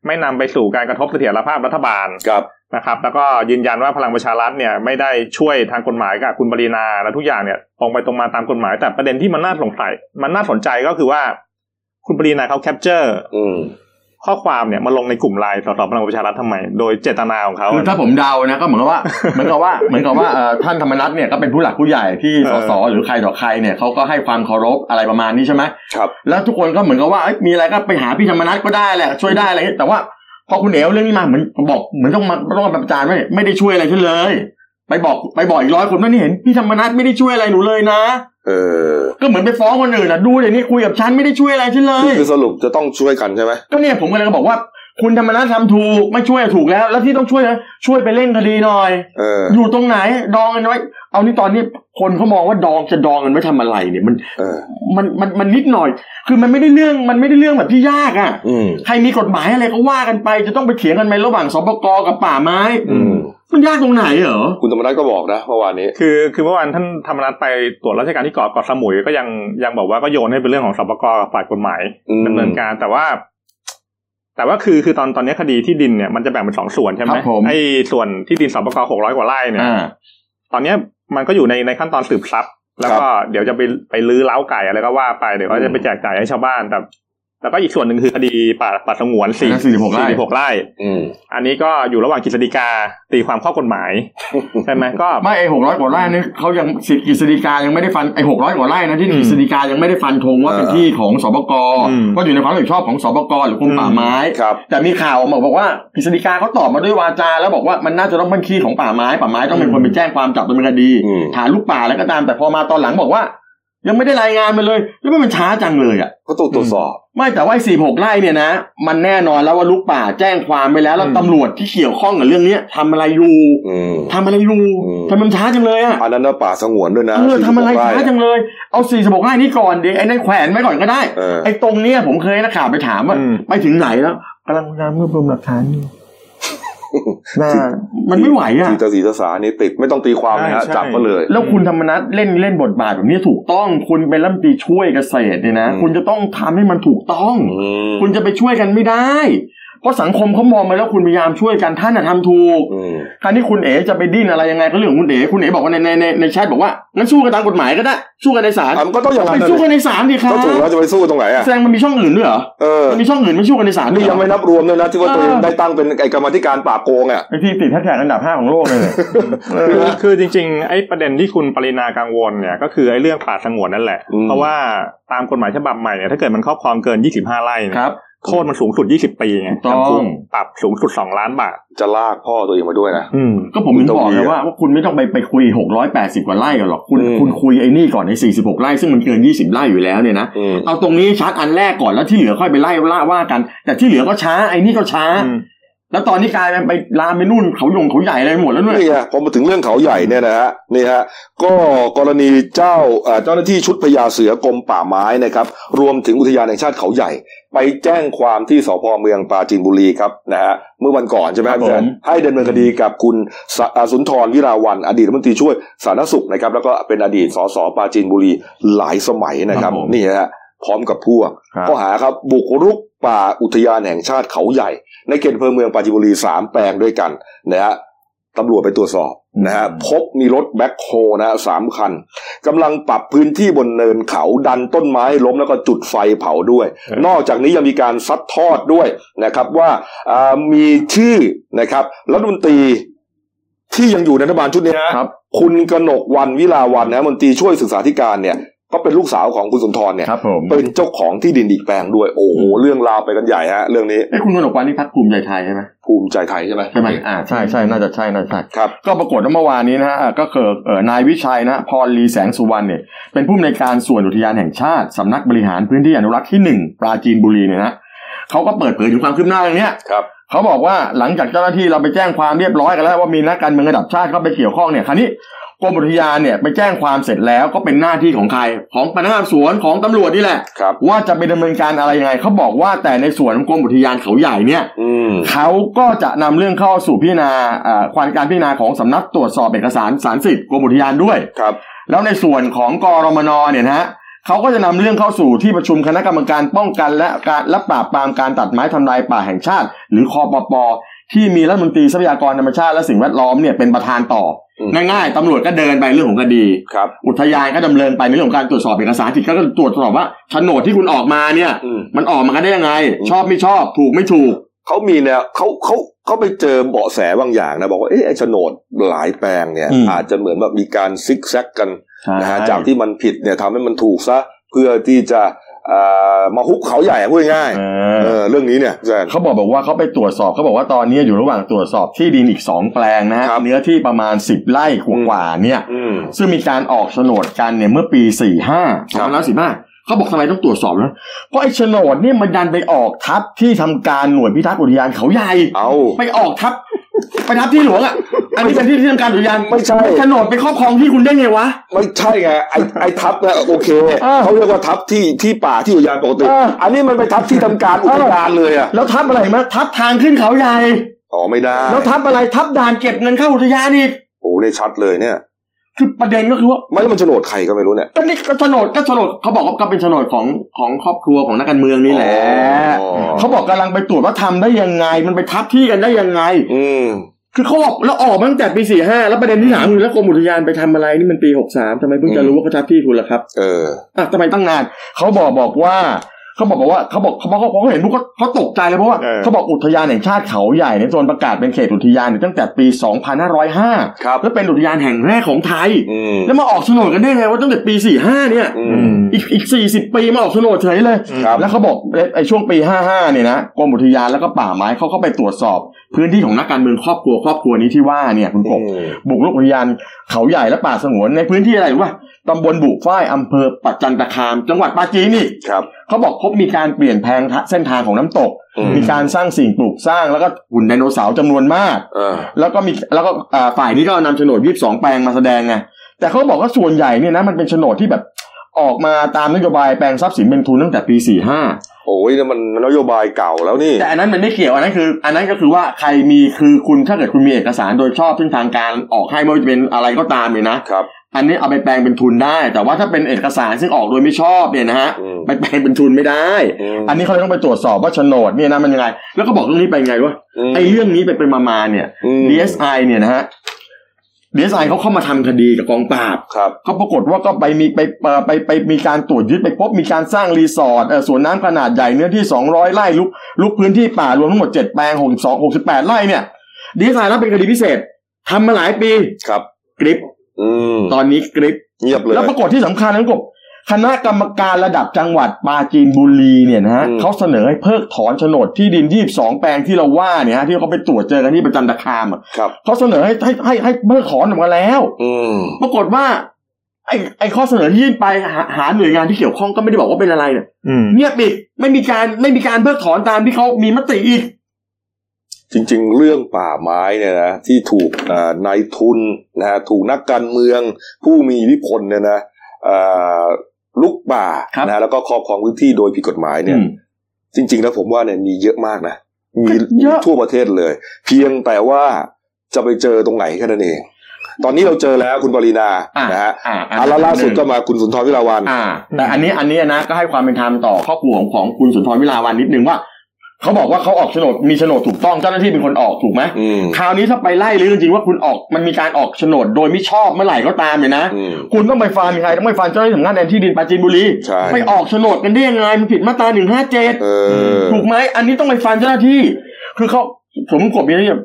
C: ไม่นำไปสู่การกระทบเสถียรภาพรัฐบาล
A: ครับ
C: นะครับ แล้วก็ยืนยันว่าพลังประชารัฐเนี่ยไม่ได้ช่วยทางกฎหมายกับคุณปรีนาและทุกอย่างเนี่ยตรงไปตรงมาตามกฎหมาย แต่ประเด็นที่มันน่าสงสัยมันน่าสนใจก็คือว่า คุณปรีนาเขาแคปเจอร์
A: อืม
C: ข้อความเนี่ยมาลงในกลุ่มไลน์สสพลังประชารัฐทำไม โดยเจตนาของเขา
B: คือถ้าผมเดานะก็เหมือนกับ ว่า เหมือนกับว่าเหมือนกับว่าเอ่อท่านธรรมนัฐเนี่ยก็เป็นผู้หลักผู้ใหญ่ที่ส
C: เออ
B: สหรือใครต่อใครเนี่ยเขาก็ให้ความเคารพอะไรประมาณนี้ใช่ไหม
A: ครับ
B: แล้วทุกคนก็เหมือนกับว่าเอ้ยมีอะไรก็ไปหาพี่ธรรมนัฐก็ได้แหละช่วยได้อะไรอย่างเงี้ยแต่ว่าพ พอคุณเอ๋วเรื่องนี้มาเหมือนบอกเหมือนต้องมาต้องมาประจานไม่าไม่ได้ช่วยอะไรฉันเลย ไปบอกไปบอกอีกร้อยคนว่านี่เห็นพี่ธรรมนัฐไม่ได้ช่วยอะไรหนูเลยนะ
A: เออ
B: ก็เหมือนไปฟ้องคนอื่นนะดูเดี๋ยวนี้คุยกับฉันไม่ได้ช่วยอะไรฉันเล
A: คือย คือสรุปจะต้องช่วยกันใช่ไหม
B: ก็เนี่ยผมกำลังจะบอกว่า คุณธรรมนัฐทำถูกไม่ช่วยถูกแล้ว แล้วที่ต้องช่วยนะช่วยไปเร่งคดีหน่อย
A: เออ
B: อยู่ตรงไหนดองกันไว้ เอานี่ตอนนี้คนเขามองว่าดองจะดองกันไว้ทำอะไรเนี่ยมัน
A: เออ
B: มันมันมันนิดหน่อย คือมันไม่ได้เรื่องมันไม่ได้เรื่องแบบที่ยากอ่ะ
A: อืม
B: ใครมีกฎหมายอะไรก็ว่ากันไป จะต้องไปเถียงกันไประหว่างสปกกับป่าไม้
A: อืม
B: มันยากตรงไหนเหรอ
A: คุณธรรมนัฐก็บอกนะเมื่อวานนี้
C: คือคือเมื่อวานท่านธรรมนัฐไปตรวจราชการที่เกาะเกาะสมุยก็ยังยังบอกว่าก็โยนให้เป็นเรื่องของสปกกับฝ่ายกฎหมาย
A: อืม
C: ดำเนินการแต่ว่า แต่ว่าคือคือตอนตอนนี้คดีที่ดินเนี่ยมันจะแบ่งเป็นสองส่วนใช่ไห
B: ครับผม
C: ไอ้ส่วนที่ดินสปกหกร้อยกว่าไร่เนี่ย
B: อ่า
C: ตอนเนี้ยมันก็อยู่ในในขั้นตอนสืบทรัพย์แล้วก็เดี๋ยวจะไปไปลื้อเล้าไก่อะไรก็ว่าไปเดี๋ยวก็จะไปแจกจ่ายให้ชาวบ้านแต่แล้วก็อีกส่วนหนึ่งคือคดีป่าป่าสงวนสี่
B: อันนั้น46ไร่
C: สี่สิบหกไร่
A: อืม
C: อันนี้ก็อยู่ระหว่างกฤษฎีกาตีความข้อกฎหมาย ใช่ไหมก็
B: ไม่ไอหกร้อยกว่าไร่นี่เขายังสิกฤษฎีกายังไม่ได้ฟันไอหกร้อยกว่าไร่นะที่
C: อืม
B: กฤษฎีกายังไม่ได้ฟันธงว่า
A: เออ
B: เป็นที่ของสปก
C: อืม
B: ก็อยู่ในความรับผิดชอบของสปกหรือกรม
C: อืม
B: ป่าไม้
A: ครับ
B: แต่มีข่าวออกมาบอกว่ากฤษฎีกาเขาตอบมาด้วยวาจา แล้วบอกว่ามันน่าจะต้องเป็นที่ของป่าไม้ป่าไม้ต้องเป็นคนไปแจ้งความจับดำเนินคดี
A: อืม
B: หาลูกป่าแล้วก็ตามแต่พอมาตอนหลังบอกว่า ยังไม่ได้รายงานมาเลย แล้วมันช้าจังเลยอ่ะ
A: ก็ต้องตรวจสอบ
B: ไม่แต่ว่าสี่หกไร่เนี่ยนะ มันแน่นอนแล้วว่าลูกป่าแจ้งความไปแล้ว แล้ว
C: อืม
B: ตำรวจที่เกี่ยวข้องกับเรื่องเนี้ยทำอะไรอยู่
A: อืม
B: ทำอะไรอยู่
A: อืม
B: ทำไมมันช้าจังเลยอ่ะ
A: อันนั้นนะป่าสงวนด้วยนะ
B: เออทำอะไร
A: ที่
B: ช้า
A: บก
B: จังเลย เอาสี่สิบหกไร่นี้ก่อนเดี๋ยวไอ้นั่นแขวนไว้ก่อนก็ได้
A: เออ
B: ไอ้ตรงเนี้ยผมเคยให้นักข่าวไปถามว่า
C: อืม
B: ไปถึงไหนแล้วกำลังพยายามรวบรวมหลักฐานอยู่น่ามันไม่ไหวอ่ะ
A: สีตาสีตาสานี่ติดไม่ต้องตีความนะฮะ
C: ใช่
A: จับก็เลย
B: แล้วคุณธรรมนัฐเล่นเล่นบทบาทแบบนี้ถูกต้องคุณเป็นรัฐมนตรีช่วยเกษตรเนี่ยนะ
A: อืม
B: คุณจะต้องทำให้มันถูกต้อง
A: อืม
B: คุณจะไปช่วยกันไม่ได้ เพราะสังคมเขามองไปแล้วคุณพยายามช่วยกันท่านน่ะทำถูก
A: อืม
B: การที่คุณเอ๋จะไปดิ้นอะไรยังไงก็เรื่องของคุณเอ๋คุณเอ๋บอกว่าในในในในแชทบอกว่างั้นสู้กันตามกฎหมายก็ได้สู้กันในศาล
A: อ่ะมันก็ต้องอย่างนั้
B: ไป
A: นนะ
B: สู้กันในศาลดีครับ
A: ก็ถูกแล้วจะไปสู้ตรงไหนอ่ะ
B: แสดงมันมีช่องอื่นด้วยเหรอ
A: เออ
B: มันมีช่องอื่นไม่สู้กันในศาลด้ว
A: นี่
B: เหร
A: ยั
B: อ
A: งไม่นับรวมเลยนะที่ว่าตัวเอง
B: เออ
A: ได้ตั้งเป็นไอ้กรรมาธิการปราบโกงอ่ะ
B: ไอ้ที่ติดแฮชแท็กอันดับห้าของโลกเลยเนี่ยเอ
C: คือ
B: อ
C: คือจริงๆไอ้ประเด็นที่คุณปรินากังวลเนี่ย ก็คือไอ้เรื่องป่าสงวนนั่นแหละ
A: อืม
C: เพราะว่าตามกฎหมายฉบับใหม่เนี่ยถ้าเกิดมันครอบครองเกิน 25 ไร่
B: ค
C: เนี่ย
B: รับ
C: โทษมันสูงสุด 20 ปีไง
B: ถูกต้อง
C: จำคุกปรับสูงสุด 2 ล้านบาท
A: จะลากพ่อตัวเองมาด้วยนะ
C: อืม
B: ก็ผมถึงบอก
A: คุณ
B: ไง
A: ต้องมี
B: ว่าว่าคุณไม่ต้องไปไปคุยหกร้อยแปดสิบกว่าไร่กันหรอกคุณ
A: อืม
B: คุณคุยไอ้นี่ก่อนไอ้สี่สิบหกไร่ซึ่งมันเกินยี่สิบไร่อยู่แล้วเนี่ยนะ
A: อืม
B: เอาตรงนี้ชัดอันแรกก่อนแล้วที่เหลือค่อยไปไล่ล่าว่ากัน แต่ที่เหลือก็ช้าไอ้นี่ก็ช้า แล้วตอนนี้กลายเป็นไปลามไปนู่นเขายงเขาใหญ่อะไรหมดแล้วด้วย
A: นี่ฮะพอมาถึงเรื่องเขาใหญ่เนี่ยนะฮะนี่ฮะก็กรณีเจ้าเอ่อเจ้าหน้าที่ชุดพญาเสือกรมป่าไม้นะครับ รวมถึงอุทยานแห่งชาติเขาใหญ่ ไปแจ้งความที่สพเมืองปราจีนบุรีครับนะฮะเมื่อวันก่อนใช่ไหมครับ
B: ครับผ
A: พี่
B: ม
A: แจ๊คให้ดำเนินคดีกับคุณสอ่าสุนทรวิราวันอดีตรัฐมนตรีช่วยสาธารณสุขนะครับ แล้วก็เป็นอดีตสสปราจีนบุรีหลายสมัยนะครับนี่ฮะพร้อมกับพวก ข้อหาครับบุกรุกป่าอุทยานแห่งชาติเขาใหญ่ ในเขตอำเภอเมืองปราจีนบุรีสามแปลงด้วยกันนะฮะตำรวจไปตรวจสอบนะฮะ
B: อืม
A: พบมีรถแบ็คโฮนะฮะสามคันกำลังปรับพื้นที่บนเนินเขาดันต้นไม้ล้มแล้วก็จุดไฟเผาด้วย
C: ครับ
A: นอกจากนี้ยังมีการซัดทอดด้วยนะครับว่าอ่ามีชื่อนะครับรัฐมนตรีที่ยังอยู่ในรัฐบาลชุดนี้นะ
B: ครับ
A: คุณกนกวันวิลาวันนะฮะมนตรีช่วยศึกษาธิการเนี่ย ก็เป็นลูกสาวของคุณสุนทรเนี่ย
B: ครับผม
A: เป็นเจ้าของที่ดินอีกแปลงด้วย โอ้โห เรื่องราวไปกันใหญ่ฮะ เรื่องนี้
B: ไอ้คุณกนกวันนี่พักภูมิใจไทยใช่ไหม
A: ภูมิใจไทยใช่ไหม
B: ใช่ไหมอ่าใช่ใช่น่าจะใช่น่าจะใช่
A: ครับ
B: ก็ปรากฏว่าเมื่อวานนี้นะฮะอ่าก็เกิดเอ่อนายวิชัยนะพรลีแสงสุวรรณเนี่ยเป็นผู้อำนวยการส่วนอุทยานแห่งชาติสำนักบริหารพื้นที่อนุรักษ์ที่หนึ่งปราจีนบุรีเนี่ยนะเขาก็เปิดเผยถึงความคืบหน้าเรื่องเนี้ย
A: ครับ
B: เขาบอกว่าหลังจากเจ้าหน้าที่เราไปแจ้งความเรียบร้อยกันแล้วว่ามีนักการเมืองระดับชาติเข้าไปเกี่ยวข้องเนี่ยคราวนี้กรมอุทยานเนี่ยไปแจ้งความเสร็จแล้วก็เป็นหน้าที่ของใครของพนักงานสวนของตำรวจนี่แหละ
A: ครับ
B: ว่าจะไปดำเนินการอะไรยังไงเขาบอกว่าแต่ในส่วนของกรมอุทยานเขาใหญ่เนี่ย
A: อืม
B: เขาก็จะนำเรื่องเข้าสู่พิจารณาเอ่อความการพิจารณาของสำนักตรวจสอบเอกสารสารสิทธิ์กรมอุทยานด้วย
A: ครับ
B: แล้วในส่วนของกรมนเนี่ยนะฮะเขาก็จะนำเรื่องเข้าสู่ที่ประชุมคณะกรรมการป้องกันและการและปราบปรามการตัดไม้ทำลายป่าแห่งชาติ หรือคอปปที่มีรัฐมนตรีทรัพยากรธรรมชาติและสิ่งแวดล้อมเนี่ยเป็นประธานต่ออ
A: ม
B: ง่ายๆตำรวจก็เดินไปเรื่องของคดี
A: ครับ
B: อุทยานก็ดำเนินไปในเรื่องของการตรวจสอบเอกสารสิทธิ์ก็ตรวจสอบว่าโฉนดที่คุณออกมาเนี่ย
A: อืม
B: มันออกมากันได้ยังไง
A: อืม
B: ชอบไม่ชอบถูกไม่ถูก
A: เขามีแนวเขาเขาเขาไปเจอเบาะแสบางอย่างนะ บอกว่า เอ๊ะไอ้โฉนดหลายแปลงเนี่ย
B: อืม
A: อาจจะเหมือนแบบมีการซิกแซกกันนะฮะ จากที่มันผิดเนี่ยทำให้มันถูกซะ เพื่อที่จะ เอ่อมาฮุกเขาใหญ่อะพูดง่าย
B: เอ
A: ๆเออ
B: อ
A: เรื่องนี้เนี่ยอาจารย์
B: เขาบอกบอกว่าเขาไปตรวจสอบเขาบอกว่าตอนนี้อยู่ระหว่างตรวจสอบที่ดินอีกสองแปลงนะฮะ
A: ครับ
B: เนื้อที่ประมาณสิบไร่กว่าๆเนี่ย
A: อืม
B: ซึ่งมีการออกโฉนดกันเนี่ยเมื่อปี 45
A: ครั
B: 2
A: บ
B: 5 1 5เขาบอกทำไมต้องตรวจสอบนะเพราะไอ้โฉนดเนี่ยมันดันไปออกทับที่ทำการหน่วยพิทักษ์อุทยานเขาใหญ่
A: เอา
B: ไปออกทับ ไปทับที่หลวงอ่ะ อันนี้เป็นที่ที่ทำการอุทยาน
A: ไม่ใช่
B: โฉนดไปครอบครองที่คุณได้ไงวะ
A: ไม่ใช่ไงไอ้ไอ้ทับนะโอเค
B: เออ
A: เขาเรียกว่าทับที่ที่ป่าที่อุทยานปกติ
B: เอออั
A: อันนี้มันไปทับที่ทำการอุทยานเลยอ่ะ
B: แล้วทับอะไรมาทับทางขึ้นเขาใหญ่
A: อ๋อไม่ได้
B: แล้วทับอะไรทับด่านเก็บเงินเข้าอุทยานอีก
A: โอ้เนี่ยชัดเลยเนี่ย
B: คือประเด็นก็คือว่า
A: ไม่แล้วมันโฉนดใครก็ไม่รู้เนี่ย
B: ก็นี่ก็โฉนดก็โฉนดเขาบอกว่าก็เป็นโฉนดของของครอบครัวของนักการเมืองนี่แหละ
A: อ๋อ
B: เขาบอกกำลังไปตรวจว่าทำได้ยังไง มันไปทับที่กันได้ยังไง
A: อืม
B: คือเขาออกแล้วออกมาตั้งแต่ปีสี่ห้าแล้วประเด็นที่ถามคือแล้วกรมอุทยานไปทำอะไรนี่มันปีหกสามทำไมเพิ่งจะ
A: อืม
B: รู้ว่าเขาทับที่คุณล่ะครับ
A: เออ
B: อ่ะทำไมตั้งนานเขาบอกบอกว่าเขาบอกบอกว่าเขาบอกเขาบอกเขาเห็นพวกเขาเขาตกใจเลยเพราะว่า
C: เออ
B: เขาบอกอุทยานแห่งชาติเขาใหญ่ในยโซนประกาศเป็นเขตอุทยานเนี่ยตั้งแต่ปี 2505
A: ครับ
B: แล้วเป็นอุทยานแห่งแรกของไทย
A: อืม
B: แล้วมาออกโฉนดกันได้ไงว่าตั้งแต่ปี 45 เนี่ย
A: อื
C: อื
A: ม
C: ม
B: อีกอีกสี่สิบปีมาออกโฉนดเฉยเลย
A: ครับ
B: แล้วเขาบอกไอ้ไอ้ช่วงปีห้าห้าเนี่ยนะกรมอุทยานแล้วก็ป่าไม้เขาก็ไปตรวจสอบ พื้นที่ของนักการเมืองครอบครัวครอบครัวนี้ที่ว่าเนี่ยคุณกบ
A: อืม
B: บุกรุกอุทยานเขาใหญ่และป่าสงวนในพื้นที่อะไรหรือว่าตำบลบุฝ้ายอำเภอปัจจันตคาม จังหวัดปราจีนนี่
A: ครับ
B: เขาบอกพบมีการเปลี่ยนแปลงเส้นทางของน้ำตก
A: อืม
B: มีการสร้างสิ่งปลูกสร้างแล้วก็หุ่นไดโนเสาร์จำนวนมาก
A: เออ
B: แล้วก็มีแล้วก็อ่าฝ่ายนี้ก็นำโฉนดยี่สิบสองแปลงมาแสดงไงแต่เขาบอกว่าส่วนใหญ่เนี่ยนะมันเป็นโฉนดที่แบบ ออกมาตามนโยบายแปลงทรัพย์สินเป็นทุนตั้งแต่ปีสี่ห้า
A: โอ้ยนั่นมันนโยบายเก่าแล้วนี่
B: แต่อันนั้นมันไม่เกี่ยวอันนั้นคือ อันนั้นก็คือว่าใครมีคือคุณถ้าเกิดคุณมีเอกสารโดยชอบซึ่งทางการออกให้ไม่ว่าจะเป็นอะไรก็ตามเนี่ยนะครับ อันนี้เอาไปแปลงเป็นทุนได้ แต่ว่าถ้าเป็นเอกสารซึ่งออกโดยไม่ชอบเนี่ยนะฮะ
A: อืม
B: ไปแปลงเป็นทุนไม่ได้
A: ม
B: อันนี้เขาเลยต้องไปตรวจสอบว่าโฉนดเนี่ยนะมันยังไง แล้วก็บอกเรื่องนี้ไปไงวะไอ้เรื่องนี้ไปไปมาๆเนี่ย
A: อืม
B: DSI เนี่ยนะฮะ DSI เขาเข้ามาทำคดีกับกองปราบ
A: ครับ
B: เขาปรากฏว่าก็ไปมีไปเอ่อไปไปไปมีการตรวจยึดไปพบมีการสร้างรีสอร์ทเอ่อสวนน้ำขนาดใหญ่เนื้อที่ 200 ไร่ลุกลุกพื้นที่ป่ารวมทั้งหมด 7 แปลง 62 68 ไร่เนี่ย DSI รับเป็นคดีพิเศษทำมาหลายปี
A: ครับ
B: กริป
A: อืม
B: ตอนนี้กริป
A: เงียบเลย
B: แล้วปรากฏที่สำคัญนั้นกบคณะกรรมการระดับจังหวัดปราจีนบุรีเนี่ยนะฮะ
A: อืม
B: เขาเสนอให้เพิกถอนโฉนดที่ดิน 22 แปลงที่เราว่าเนี่ยฮะที่เขาไปตรวจเจอกันที่ประจันตคามอะ
A: ครับ
B: เขาเสนอให้ให้ให้ให้เพิกถอนออกมาแล้ว
A: อืม
B: ปรากฏว่า ไอ้ไอ้ข้อเสนอที่ยื่นไปหาหาหน่วยงานที่เกี่ยวข้องก็ไม่ได้บอกว่าเป็นอะไรเนี่ย
C: อืม
B: เงียบอีกไม่มีการไม่มีการเพิกถอนตามที่เขามีมติอีก
A: จริงๆ เรื่องป่าไม้เนี่ยนะที่ถูกเอ่อนายทุนนะฮะถูกนักการเมือง ผู้มีอิทธิพลเนี่ยนะเอ่อลุกป่า
B: ครับ
A: นะแล้วก็ครอบครองพื้นที่โดยผิดกฎหมายเนี่ย จริง ๆ แล้วผมว่าเนี่ยมีเยอะมากนะมี
B: เยอะ
A: ทั่วประเทศเลย เพียงแต่ว่าจะไปเจอตรงไหนแค่นั้นเอง ตอนนี้เราเจอแล้วคุณปรินา
B: อ่า
A: นะฮะ
B: อ่า
A: อ่ะแล้วล่าสุดก็มาคุณสุนทรวิลาวัน
B: อ่า แต่อันนี้อันนี้นะก็ให้ความเป็นธรรมต่อครอบครัวของของคุณสุนทรวิลาวันนิดนึงว่าเขาบอกว่าเขาออกโฉนดมีโฉนดถูกต้องเจ้าหน้าที่เป็นคนออกถูกไหม
A: อืม
B: คราวนี้ถ้าไปไล่เรื่องจริงๆว่าคุณออกมันมีการออกโฉนดโดยไม่ชอบเมื่อไหร่ก็ตามเนี่ยนะ
A: อืม
B: คุณต้องไปฟังใครต้องไปฟังเจ้าหน้าที่สำนักงานที่ดินปราจีนบุรี
A: ใช่
B: ไปออกโฉนดกันได้ยังไงมันผิดมาตราหนึ่งห้าเจ็ด
A: เออ
B: ถูกไหมอันนี้ต้องไปฟังเจ้าหน้าที่ คือเขาผมกดมีนี่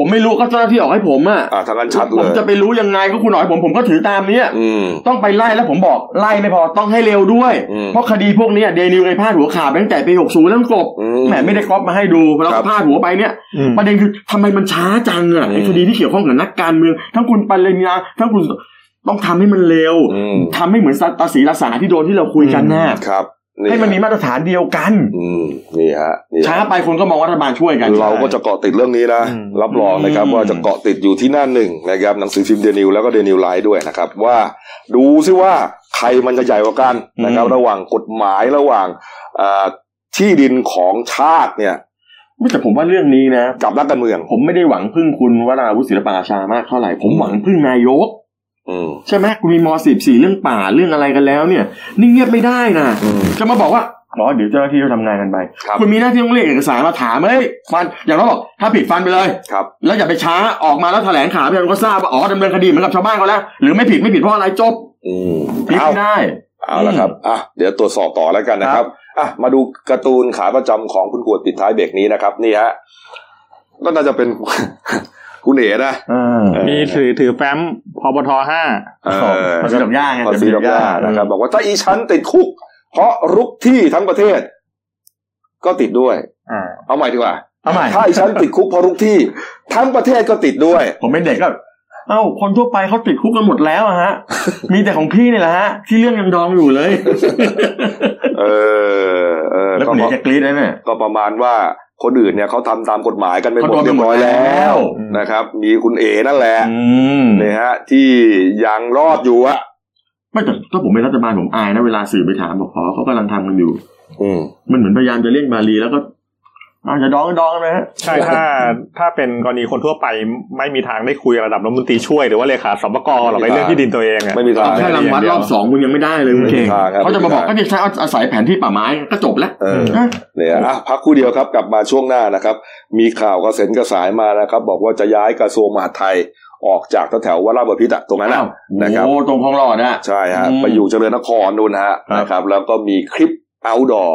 B: ผมไม่รู้ก็เจ้าหน้าที่ออกให้ผมอะ
A: อ่าทางนั้นชัด
B: ผ
A: เล
B: ม
A: ย
B: จะไปรู้ยังไงก็คุณออกให้ผมผมก็ถือตามเนี้ย
A: อืม
B: ต้องไปไล่แล้วผมบอกไล่ไม่พอต้องให้เร็วด้วย
A: อืม
B: เพราะคดีพวกเนี้ยเดนิวเคยพาดหัวข่าวไปตั้งแต่ปีหกศูนย์แล้วกบ
A: อื
B: แหมไม่ได้ก๊อปมาให้ดูแล้ว
A: ครั
B: ก็
A: บ
B: พาดหัวไปเนี่ย
C: อืม
B: ประเด็นคือทำไมมันช้าจังอะไอ้
A: อืม
B: คดีที่เกี่ยวข้องกับนักการเมือง ทั้งคุณปริญญาทั้งคุณต้องทำให้มันเร็ว
A: อืม
B: ทำให้เหมือนตาสีลาสาที่โดนที่เราคุยกันนะครับให้มัน
A: ฮะ
B: มีมาตรฐานเดียวกัน
A: อืมนี่ฮะนี่
B: ช้าไปคนก็มองว่ารัฐบาลช่วยกัน
A: เราก็จะเกาะติดเรื่องนี้นะ
C: อืม
A: รับรองนะครับว่าจะเกาะติดอยู่ที่หน้าหนึ่งนะครับหนังสือพิมพ์เดนิวแล้วก็เดนิวไลท์ด้วยนะครับ ว่าดูซิว่าใครมันจะใหญ่กว่ากันนะครับ ระหว่างกฎหมายระหว่างเอ่อที่ดินของชาติเนี่ย
B: ไม่แต่ผมว่าเรื่องนี้นะ
A: กับนักการเมือง
B: ผมไม่ได้หวังพึ่งคุณวราวุฒิศิลปอาชามากเท่าไหร่ ผมหวังพึ่งนายก
A: อืม
B: ใช่ไหมคุณมีมสิบสี่เรื่องป่าเรื่องอะไรกันแล้วเนี่ยนี่เงียบไม่ได้นะ
A: อืม
B: จะมาบอกว่าอ๋อเดี๋ยวเจ้าหน้าที่เขาทำงานกันไป
A: ครับ
B: ณมีหน้าที่ต้องเรียกเอกสารมาถามเอ้ยฟันอย่างเราบอกถ้าผิดฟันไปเลย
A: ครับ
B: แล้วอย่าไปช้าออกมาแล้วแถลงข่าวให้ประชาชนก็ทราบว่าอ๋อดำเนินคดีเหมือนกับชาวบ้านเขาแล้ว หรือไม่ผิดไม่ผิดเพราะอะไรจบ
A: อืม
B: ผิด
A: เอา
B: ไม่ได้
A: เอาละครับอ่ะเดี๋ยวตรวจสอบต่อแล้วกันนะครับอ่ะมาดูการ์ตูนขาประจำของคุณกวดปิดท้ายเบรกนี้นะครับ นี่ฮะก็น่าจะเป็น คุณเอ๋นะ เออ
C: มีถือถือแฟ้มพบทห้า
A: เออ
B: ภาษีดอกหญ้าไง
A: ภาษีดอกหญ้านะครับบอกว่าถ้าอีชั้นติดคุก เพราะรุกที่ทั้งประเทศ ก็ติดด้วย
C: อ่า
A: เอาใหม่ดีกว่า
B: เอาใหม่
A: ถ้าไอ้ฉันติดคุกเพราะรุกที่ ทั้งประเทศก็ติดด้วย
B: ผมเป็นเด็กก็ เอ้า คนทั่วไปเขาติดคุกกันหมดแล้วอะ ฮะ มีแต่ของพี่นี่แหละฮะ ที่เรื่องยังดองอยู่เลย
A: เออเออ
B: แล้ว
A: ก็
B: คุณหนี
A: ประ
B: จะกรี๊ดได้ไหม
A: ก็ประมาณว่าคนอื่นเนี่ยเขาทำตามกฎหมายกันไปหม
B: เขา
A: ด
B: โดน
A: เรียบร้อย
B: ไปหมดแล้
A: แล้ว วนะครับ มีคุณเอนั่นแหละ
B: อืม
A: เนี่ยฮะ ที่ยังรอดอยู่อะ
B: ไม่แต่ถ้าผมเป็นรัฐบาลผมอายนะเวลาสื่อไปถามบอกขอเขากำลังทำกันอยู่
A: อืม
B: มันเหมือนพยายามจะเลี่ยงบาลีแล้วก็อาจะดองก็ดองกันไปฮะ
C: ใช่ถ้าถ้าเป็นกรณีคนทั่วไปไม่มีทางได้คุยระดับรัฐมนตรีช่วยหรือว่าเลขาสมปกหรอก
A: ไม่มีทาง
C: ไอ้เรื่องที่ดินตัวเองอะ
A: ไม่มีทาง
B: แค่รางวัลรอบสองคุณยังไม่ได้เลยคุณเก่ง
A: ไม่มีทางครับ
B: เขาจะมาบอก
A: ไม่
B: ก็
A: มี
B: จะใช้อาศัยแผนที่ป่าไม้ก็จบแล้ว
A: เออ
B: นะ
A: เนี่ยอ่ะพักครู่เดียวครับกลับมาช่วงหน้านะครับ มีข่าวกระเซ็นกระสายมานะครับ บอกว่าจะย้ายกระทรวงมหาดไทยออกจากแถวๆวัดลาดบพิตรอะตรงนั้นอะ นะครับ
B: โอ้ตรงคลองหลอดอ่ะ
A: ใช่ฮะ
B: อืม
A: ไปอยู่เจริญนครนู่นฮะ
B: ครับ
A: นะครับ แล้วก็มีคลิป outdoor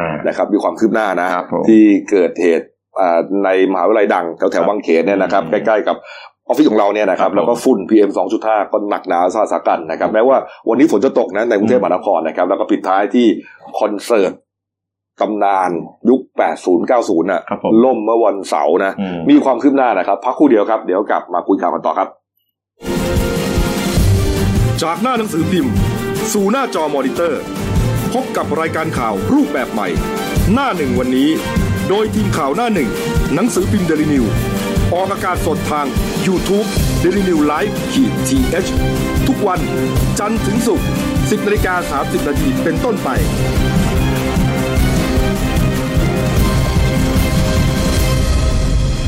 B: อ่า
A: นะครับมีความคืบหน้านะ
B: ครับผม
A: ที่เกิดเหตุอ่าในมหาวิทยาลัยดังแถวแถวๆบางเขนเนี่ยนะครับ
B: อืม
A: ใกล้ๆกับออฟฟิศของเราเนี่ยนะค
B: ครั
A: รั
B: บบ ผม
A: แล้วก็ฝุ่น PM 2.5 ก็หนักหนาสาหัสสากันนะครับแม้ว่าวันนี้ฝนจะตกนะในกรุงเทพมหานครนะครับแล้วก็ปิดท้ายที่คอนเสิร์ตตำนานยุค 80 90น่ะ
B: ครับผม
A: ล่มเมื่อวันเสาร์นะ
B: อืม
A: มีความคืบหน้านะครับพักครู่เดียวครับเดี๋ยวกลับมาคุยข่าวกันต่อครับ
E: จากหน้าหนังสือพิมพ์ สู่หน้าจอมอนิเตอร์ พบกับรายการข่าวรูปแบบใหม่ หน้าหนึ่งวันนี้ โดยทีมข่าวหน้าหนึ่ง หนังสือพิมพ์เดลิวิวออกอากาศสดทาง y o u t u เด d ิวิวไลฟ์ขีดทีเทุกวันจันทร์ถึงศุกร์10นาฬิกา30นาทีเป็นต้นไป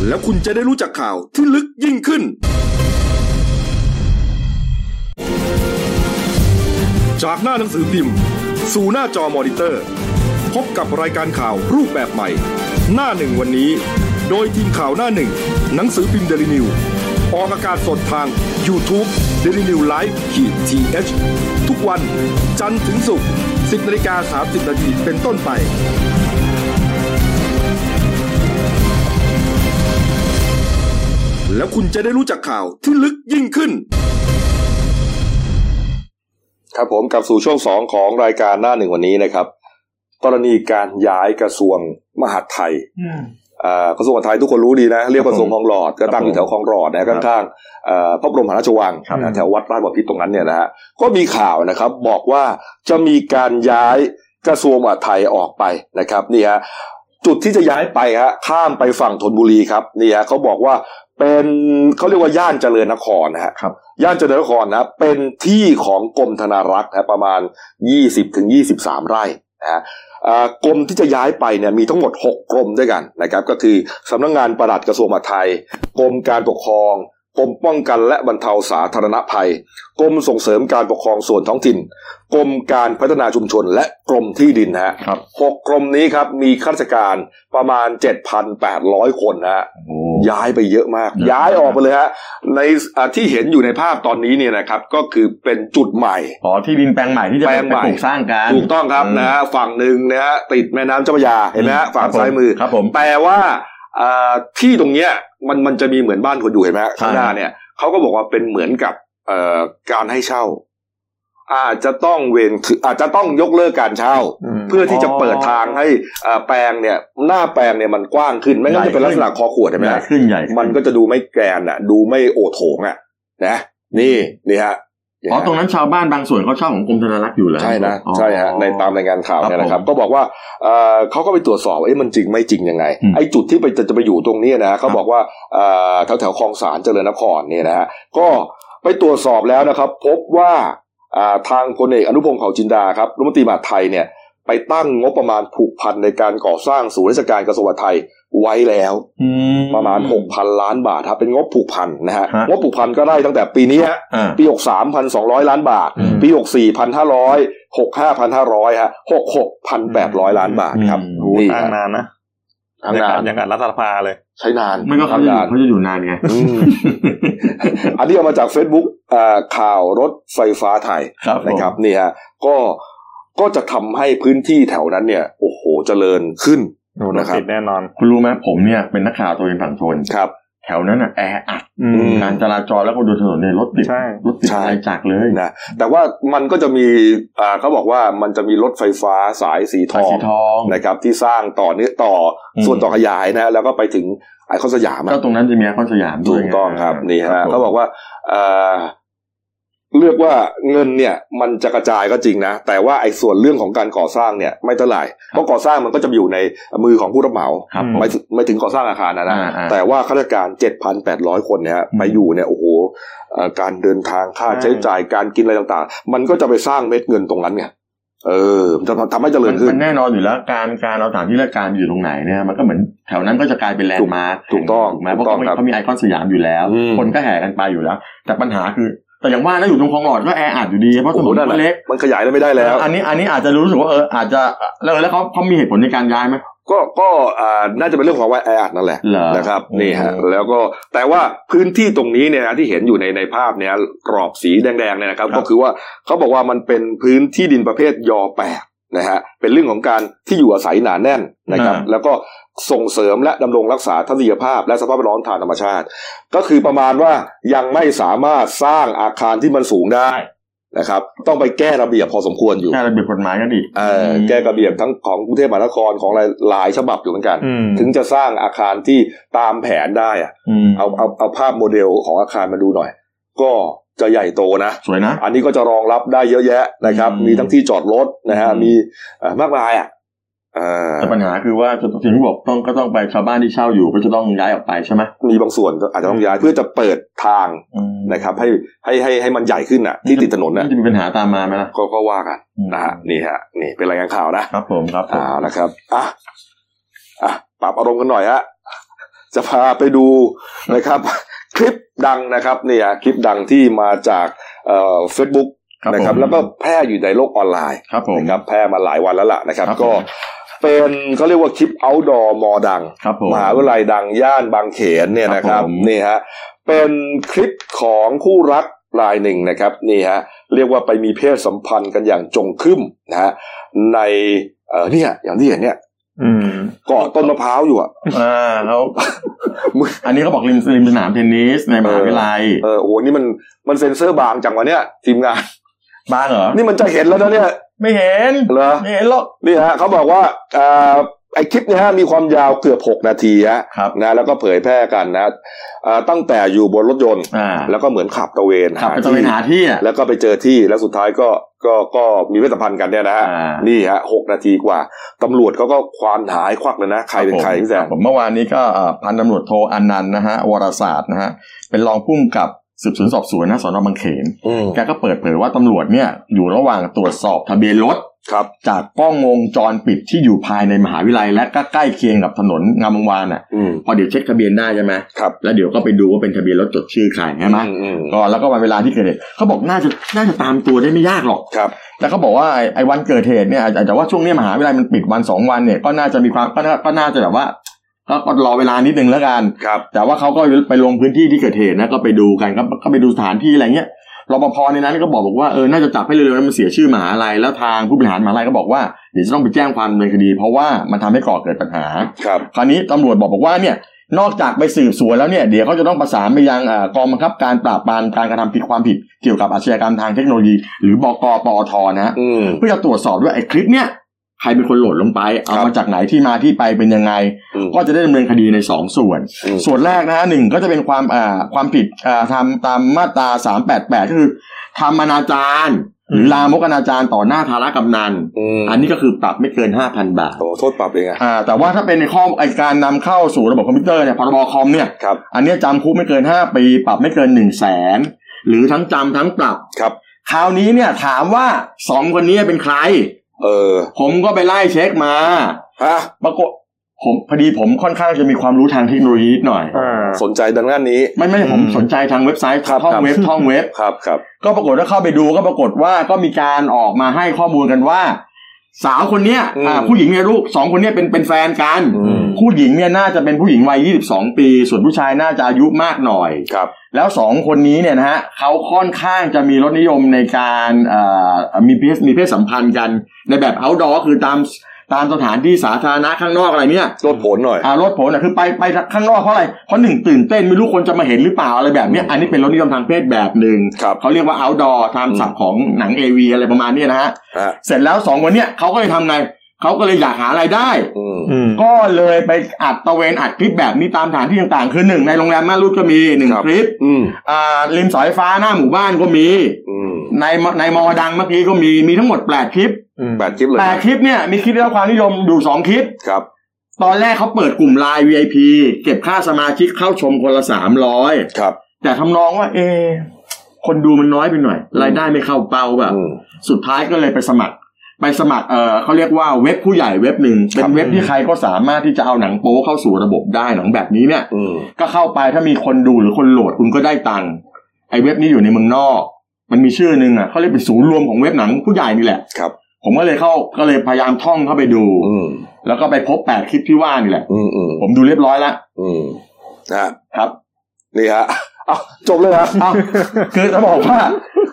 E: แล้วคุณจะได้รู้จักข่าวที่ลึกยิ่งขึ้น จากหน้าหนังสือพิมพ์ สู่หน้าจอมอนิเตอร์ พบกับรายการข่าวรูปแบบใหม่ หน้าหนึ่งวันนี้ โดยทีมข่าวหน้าหนึ่ง หนังสือพิมพ์เดลิวิวออกอากาศสดทาง y o u t u เด d ิวิวไลฟ์ขีดทีเทุกวันจันทร์ถึงศุกร์10นาฬิกา30นาทีเป็นต้นไป แล้วคุณจะได้รู้จักข่าวที่ลึกยิ่งขึ้น
A: ครับผมกลับสู่ช่วงสองของรายการหน้าหนึ่งวันนี้นะครับ กรณีการย้ายกระทรวงมหาดไทยอ่ากระทรวงมหาดไทยทุกคนรู้ดีนะ เรียกกระทรวงคลองหลอดก็ตั้งอยู่แถวคลองหลอดนะข้างๆเอ่อพระบรมมหาราชวัง
B: ครับ
A: นะแถววัดราชบพิตรตรงนั้นเนี่ยนะฮะก็มีข่าวนะครับ บอกว่าจะมีการย้ายกระทรวงมหาดไทยออกไปนะครับนี่ฮะจุดที่จะย้ายไปฮะข้ามไปฝั่งธนบุรีครับนี่ฮะเขาบอกว่าเป็นเขาเรียกว่าย่านเจริญนครนะฮะ ย่านเจริญนครนะเป็นที่ของกรมธนารักษ์นะประมาณ 20ถึง23 ไร่นะฮะอ่ากรมที่จะย้ายไปเนี่ยมีทั้งหมด 6 กรมด้วยกันนะครับก็คือสำนักงานปลัดกระทรวงมหาดไทย กรมการปกครองกรมป้องกันและบรรเทาสาธารณภัย กรมส่งเสริมการปกครองส่วนท้องถิ่น กรมการพัฒนาชุมชน และกรมที่ดินนะฮะ
B: ครับ
A: หกกรมนี้ครับมีข้าราชการประมาณ 7,800 คนนะฮะ
B: โอ้
A: ย้ายไปเยอะมาก
B: เยอะมาก
A: ย้ายออกไปเลยฮะในอ่าที่เห็นอยู่ในภาพตอนนี้เนี่ยนะครับ ก็คือเป็นจุดใหม่
B: อ๋อที่ดินแปลงใหม่ที่จะ
A: แป
B: ไป
A: ลงใหม่
B: ปลูกสร้างกัน
A: ถูกต้องครับนะฮะฝั่งหนึ่งนะฮะติดแม่น้ำเจ้าพระยาเห็นไหมฮะฝั่งซ้ายมือ
B: ครับผม
A: แปลว่าอ่าที่ตรงเนี้ยมันมันจะมีเหมือนบ้านคนอยู่เห็นไหมฮะ
B: ใช่
A: ข้างหน้าเนี่ยเขาก็บอกว่าเป็นเหมือนกับเอ่อการให้เช่า อาจจะต้องเวนคืออาจจะต้องยกเลิกการเช่า
C: ม
A: เพื่อที่จะเปิดทางให้อ่าแปลงเนี่ยหน้าแปลงเนี่ยมันกว้างขึ้นไม่งั้นจะเป็นลักษณะคอขวดเห็นไหม
B: ใหญ่
A: ฮะ
B: ขึ้นใหญ่ขึ้
A: มันก็จะดูไม่แกรนอ่ะ ดูไม่โอโถงอ่ะ นะ นี่นี่ฮะ
B: อ๋อตรงนั้นชาวบ้านบางส่วนเขาเช่าของกรมธนารักษ์อยู่แล้ว
A: ใช่นะ
B: อ๋อ
A: ใช่ฮะในตามรายงานข่าวเนี่ยนะครับ
B: ครับผม
A: ก็บอกว่าเอ่อเขาก็ไปตรวจสอบว่าเอ๊ะมันจริงไม่จริงยังไง
B: อืม
A: ไอ้จุดที่ไปจะจะไปอยู่ตรงเนี้ยนะเขาบอกว่าแถวแถวๆคลองสารเจริญนครเนี่ยนะฮะก็ไปตรวจสอบแล้วนะครับ พบว่าอ่าทางพลเอกอนุพงศ์เผ่าจินดาครับรัฐมนตรีมหาดไทยเนี่ย ไปตั้งงบประมาณผูกพันในการก่อสร้างศูนย์ราชการกระทรวงมหาดไทยไว้แล้ว ประมาณ 6,000 ล้านบาทครับเป็นงบผูกพันนะฮะ
B: ฮะ
A: งบผูกพันก็ได้ตั้งแต่ปีนี้ฮะ
B: อ่า
A: ปี 63 1,200 ล้านบาท
B: อืม
A: ปี 64 1,500 65 1,500ฮะ66 1,800 ล้านบาทครับ
B: อืม
C: โอ้โห
A: นี่
C: ตั้งนานนะ
A: ทางนาน
C: อย่างกับรัฐสภาเลย
A: ใช้นาน
B: ไม่ก็เขา
A: ทา
B: จะ
A: ง
B: อยู่
A: นาน
B: เขาจะอยู่นานไง
A: อื มอันนี้เอามาจาก Facebook อ่าข่าวรถไฟฟ้าไทย
B: ครับผม
A: นะครับนี่ฮะก็ก็จะทำให้พื้นที่แถวนั้นเนี่ย โอ้โหเจริญขึ้น
C: โอ้โห
A: นะครับ
C: ติดแน่นอน
B: คุณรู้ไหมผมเนี่ยเป็นนักข่าวตัวเองฝั่งทน
A: ครับ
B: แถ วนั้นอ่ะแออัด
C: อืม
B: การจราจรแล้วก็ดูถนนเนี่ยรถติด
C: ใช่
B: รถติด
A: ใช่
B: รายจักรเลย
A: นะแต่ว่ามันก็จะมีอ่าเขาบอกว่ามันจะมีรถไฟฟ้าสายสีท
B: สาย
A: อง
B: สีทอง
A: นะครับที่สร้างต่อเนื้อต่ออ
B: ม
A: ส่วนต่อขยายนะแล้วก็ไปถึงไอคอนสยามอะ
B: ก็ตรงนั้นจะมีไอคอนสยามด้
A: ถู
B: วย
A: กต้องครับ
B: ไ
A: นี่ฮะ
B: ผม
A: เขาบอกว่าเอ่อเลือกว่าเงินเนี่ย มันจะกระจายก็จริงนะ แต่ว่าไอ้ส่วนเรื่องของการก่อสร้างเนี่ย ไม่เท่าไหร่เพราะก่อสร้างมันก็จะอยู่ในมือของผู้รับเหมา
B: ครับผม
A: ไม่ถึงไม่ถึงก่อสร้างอาคารนะนะ
B: อ่าอ่า
A: แต่ว่าข้าราชการ 7,800 คนเนี่ยฮะ
B: อืม
A: ไปอยู่เนี่ยโอ้โหเอ่อการเดินทางค่าใช้จ่ายการกินอะไรต่าง ๆ มันก็จะไปสร้างเม็ดเงินตรงนั้นไงเออมันจะทำให้เจริ
B: มั
A: ญ
B: น
A: ขึ้
B: มัน นแน่นอนอยู่แล้วการการเอาสถานที่ราชการไปอยู่ตรงไหนเนี่ยมันก็เหมือนแถวนั้นก็จะกลายเป็นแลนด์มาร์ค
A: ถูกต้อง
B: ไหมเพราะ
A: ถูกต้องครั
B: เขามี
A: บ
B: เขามีไอคอนสยามอยู่แล้ว
A: อืม
B: คนก็แห่กันไปอยู่แล้ว แต่ปัญหาคือ แต่อย่างว่านะอยู่ตรงคลองหลอดก็แออัดอยู่ดีเพราะถ
A: โอ้
B: น
A: โห
B: น
A: นั่น
B: มัน
A: แห
B: เล็
A: ละ
B: ก
A: มันขยายได้ไม่ได้แล้ว
B: อันนี้อันนี้อาจจะรู้สึกว่าเอออาจจะแล้วแล้วเขาเขามีเหตุผลในการย้ายไหม
A: ก็ก็อ่าน่าจะเป็นเรื่องของว่าแออัดนั่นแหละ
B: เหรอ
A: นะครับ
B: อืม
A: นี่ฮะแล้วก็แต่ว่าพื้นที่ตรงนี้เนี่ยนะที่เห็นอยู่ในในภาพเนี่ยกรอบสีแดงๆเนี่ยนะครับ ก็คือว่าเขาบอกว่ามันเป็นพื้นที่ดินประเภทยอแปดนะฮะเป็นเรื่องของการที่อยู่อาศัยหนาแน่นนะครับ แล้วก็ส่งเสริมและดำรงรักษาทัศนียภาพ และสภาพแวดล้อมทางธรรมชาติ ก็คือประมาณว่ายังไม่สามารถสร้างอาคารที่มันสูงได้นะครับ ต้องไปแก้ระเบียบพอสมควรอยู่
B: แค่ระเบียบกฎหมายก็ดี
A: เออแก้ระเบียบทั้งของกรุงเทพมหานครของหลายๆฉบับอยู่เหมือนกัน
C: อืม
A: ถึงจะสร้างอาคารที่ตามแผนได้อะ
B: ม
A: เอาเอาเอาภาพโมเดลของอาคารมาดูหน่อย ก็จะใหญ่โตนะ
B: สวยนะ
A: อันนี้ก็จะรองรับได้เยอะแยะนะครับ
B: อืม
A: มีทั้งที่จอดรถนะฮะ
B: อืม
A: มีเอ่อมากมายอ่ะเอ่อ
B: แต่ปัญหาคือว่าจะถึงที่บอกต้องก็ต้องไปชาวบ้านที่เช่าอยู่ก็จะต้องย้ายออกไปใช่ไหม
A: มีบางส่วนอาจจะต้องย้ายเพื่อจะเปิดทางนะครับ ให้ให้ให้ให้มันใหญ่ขึ้นอ่ะ ที่ติดถนนน่ะ
B: จะมีปัญหาตามมาไหมล่ะ
A: ก็ก็ว่ากันนะฮะนี่ฮะนี่เป็นรายงานข่าวนะครับ
B: ผมครับผม
A: เอ่านะครับอ่ะอ่ะปรับอารมณ์กันหน่อยฮะจะพาไปดูนะครับ คลิปดังนะครับเนี่ยคลิปดังที่มาจากเฟซบุ๊ก นะครับ
B: ผม
A: แล้วก็แพร่อยู่ในโลกออนไลน์
B: ครับผม
A: นะครับแพร่มาหลายวันแล้วล่ะนะครับ
B: ครับผม
A: ก็เป็นเขาเรียกว่าคลิป outdoor มอดัง
B: ครับผม
A: มหาวิทยาลัยดังย่านบางเขนเนี่ยนะค
B: ค
A: รั
B: รั
A: บบ
B: ผม
A: นี่ฮะเป็นคลิปของคู่รักรายหนึ่งนะครับนี่ฮะเรียกว่าไปมีเพศสัมพันธ์กันอย่างจงครึ่มนะฮะในเออเนี่ยอย่างที่เห็นเนี่ย
C: อืม
A: เกาะต้นมะพร้าวอยู่อ่ะ
B: อ่าเขา
A: มึง
B: อันนี้เขาบอกริมริมสนามเทนนิสในมหาวิทยาลัย
A: เออโอ้โหนี่มันมันเซ็นเซอร์บางจังวะเนี่ยทีมงาน
B: บ้าเหรอ
A: นี่มันจะเห็นแล้วนะเนี่ย
B: ไม่เห็น
A: เหรอ
B: ไม่เห็นหรอก
A: นี่ฮะเขาบอกว่าเอ่อไอคลิปเนี่ยฮะมีความยาวเกือบ 6 นาทีฮะ
B: ครับ
A: นะแล้วก็เผยแพร่กันนะเอ่อตั้งแต่อยู่บนรถยนต์
B: อ่า
A: แล้วก็เหมือนขับตระเวน
B: ขับไปตะเวนหา
A: ที่
B: ที่อ่ะ
A: แล้วก็ไปเจอที่แล้วสุดท้ายก็ก็ก็มีเพศสัมพันธ์กันเนี่ยนะฮะ
B: อ่านี่
A: นี่ฮะหกนาทีกว่าตำรวจเขาก็ความหายควักเลยนะ ใครเป็นใครพี่แซ
B: ค
A: ม
B: บผมเมื่อวานนี้ก็เอ่อพันตำรวจโทอนันต์นะฮะวรศาสตร์นะฮะเป็นรองผู้กำกับสืบสวนสอบสวนนะสอนอบางเขน แกก็เปิดเผยว่าตำรวจเนี่ยอยู่ระหว่างตรวจสอบทะเบียนรถ
A: ครับ
B: จากกล้องวงจรปิดที่อยู่ภายในมหาวิทยาลัย และก็ใกล้เคียงกับถนนงามวงวานอ่ะ
A: อืม
B: พอเดี๋ยวเช็คทะเบียนได้ใช่ไหม
A: ครับ
B: แล้วเดี๋ยวก็ไปดูว่าเป็นทะเบียนรถจดชื่อใครใช่ไหม
A: อืม
B: ก็แล้วก็วันเวลาที่เกิดเหตุเขาบอกน่าจะน่าจะตามตัวได้ไม่ยากหรอก
A: ครับ
B: แต่เขาบอกว่าไอ้ไอ้วันเกิดเหตุเนี่ยอาจอาจจะว่าช่วงเนี้ยมหาวิทยาลัยมันปิดวันสองวันเนี่ยก็น่าจะมีความก็น่าก็น่าจะแบบว่าก็ก็รอเวลานิดนึงแล้วกัน
A: ครับ
B: แต่ว่าเขาก็ไปลงพื้นที่ที่เกิดเหตุนะก็ไปดูกันก็ก็ไปดูสถานที่อะไรเงี้ยรปภในนั้นก็บอกบอกว่าเออน่าจะจับให้เร็วๆนะมันเสียชื่อมหาลัยแล้วทางผู้บริหารมหาลัยก็บอกว่าเดี๋ยวจะต้องไปแจ้งความดำเนินคดี เพราะว่ามันทำให้ก่อเกิดปัญหา
A: ครับ
B: คราวนี้ตำรวจบอกบอกว่าเนี่ยนอกจากไปสืบสวนแล้วเนี่ยเดี๋ยวเขาจะต้องประสานไปยังเอ่อกองบังคับการปราบปรามการกระทำผิดความผิดเกี่ยวกับอาชญากรรมทางเทคโนโลยี หรือบอกปอทนะฮะ
A: อืม
B: เพื่อจะตรวจสอบด้วยไอ้คลิปเนี่ยใครเป็นคนโหลดลงไป เอา
A: ครับ
B: มาจากไหนที่มาที่ไปเป็นยังไง
A: อืม
B: ก็จะได้ดำเนินคดีในสองส่วน
A: อืม
B: ส่วนแรกนะฮะหนึ่งก็จะเป็นความอ่าความผิดอ่าทำตามมาตราสามแปดแปดก็คือทำอนาจารหรือลามกอนาจารต่อหน้าทาระกำนัน
A: อืม
B: อันนี้ก็คือปรับไม่เกินห้าพันบาท
A: โอ้โทษปรับเองอะ
B: อ่าแต่ว่าถ้าเป็นในข้อไอการนำเข้าสู่ระบบคอมพิวเตอร์เนี่ยพรบคอมเนี่ย
A: ครับ
B: อันเนี้ยจำคุกไม่เกิน 5 ปี ปรับไม่เกิน1นึ่งแสนหรือทั้งจำทั้งปรับ
A: ครับ
B: คราวนี้เนี่ยถามว่าสองคนนี้เป็นใคร
A: เออ
B: ผมก็ไปไล่เช็คมา
A: ฮะ
B: ปรากฏผมพอดีผมค่อนข้างจะมีความรู้ทางเทคโนโลยีนิดหน่อย
C: อ่า
A: สนใจดังด้านนี้
B: ไม่ไม่
C: อืม
B: ผมสนใจทางเว็บไซต์
A: ครับ
B: ท่อง
A: ครับ
B: เว็บท่องเว็บ
A: ครับครับ
B: ก็ปรากฏว่าเข้าไปดูก็ปรากฏว่าก็มีการออกมาให้ข้อมูลกันว่า สาวคนเนี้ย
A: อืม
B: อ่าผู้หญิงในรูปสองคนเนี้ยเป็นเป็นแฟนกัน
A: อืม
B: ผู้หญิงเนี่ยน่าจะเป็นผู้หญิงวัย 22 ปี ส่วนผู้ชายน่าจะอายุมากหน่อย
A: ครับ
B: แล้วสองคนนี้เนี่ยนะฮะเขาค่อนข้างจะมีรสนิยมในการเอ่อมีเพศมีเพศสัมพันธ์กันในแบบ outdoor คือตาม ตามสถานที่สาธารณะข้างนอกอะไรเนี่ย
A: ลดผลหน่อย
B: อ่ารถผมนะคือไปไปข้างนอกเพราะอะไร เพราะหนึ่งตื่นเต้นไม่รู้คนจะมาเห็นหรือเปล่าอะไรแบบเนี้ยอันนี้เป็นรถนิยมทางเพศแบบหนึ่ง
A: ครับ
B: เขาเรียกว่า outdoor ตามศัพท์ของหนัง AV อะไรประมาณเนี้ยนะฮะ
A: ฮะ
B: เสร็จแล้วสองวันเนี้ยเขาก็เลยทำไงเขาก็เลยอยากหารายได้
A: อืม
C: อืม
B: ก็เลยไปอัดตระเวนอัดคลิปแบบนี้ตามสถานที่ต่างๆ คือหนึ่งในโรงแรมม่านรูดก็มีหนึ่ง
A: ครับ
B: คลิป
A: อืม
B: อ่าริมสายฟ้าหน้าหมู่บ้านก็มี
A: อืม
B: ในมในมอดังเมื่อกี้ก็มีมีทั้งหมดแปดคลิป
A: แปดคลิปเลย
B: แปดคลิปเนี่ยมีคลิปได้รับความนิยมดูสองคลิป
A: ครับ
B: ตอนแรกเขาเปิดกลุ่มไลน์ VIP เก็บค่าสมาชิกเข้าชมคนละสามร้อย
A: ครับ
B: แต่ทำนองว่า เอะคนดูมันน้อยไปหน่อย รายได้ไม่เข้าเป้าแบบ
A: อืม
B: สุดท้ายก็เลยไปสมัคร ไปสมัครเออเขาเรียกว่าเว็บผู้ใหญ่เว็บหนึ่งเป็
A: ครั
B: น
A: บ
B: เว็บที่ใครก็สามารถที่จะเอาหนังโป๊เข้าสู่ระบบได้หนังแบบนี้เนี่ย
A: อืม
B: ก็เข้าไปถ้ามีคนดูหรือคนโหลดคุณก็ได้ตังค์ไอ้เว็บนี้อยู่ในเมืองนอก มันมีชื่อหนึ่งอ่ะเขาเรียกเป็นศูนย์รวมของเว็บหนังผู้ใหญ่นี่แหละ
A: ครับ
B: ผมก็เลยเข้าก็เลยพยายามท่องเข้าไปดู
A: อืม
B: แล้วก็ไปพบแปดคลิปที่ว่านี่แหละ
A: อืมอืม
B: ผมดูเรียบร้อยแล้ว
A: อืมนะฮะ
B: ครับ
A: นี่ฮะเอาจบเลยฮะ
B: อ้าวคือจะบอกว่า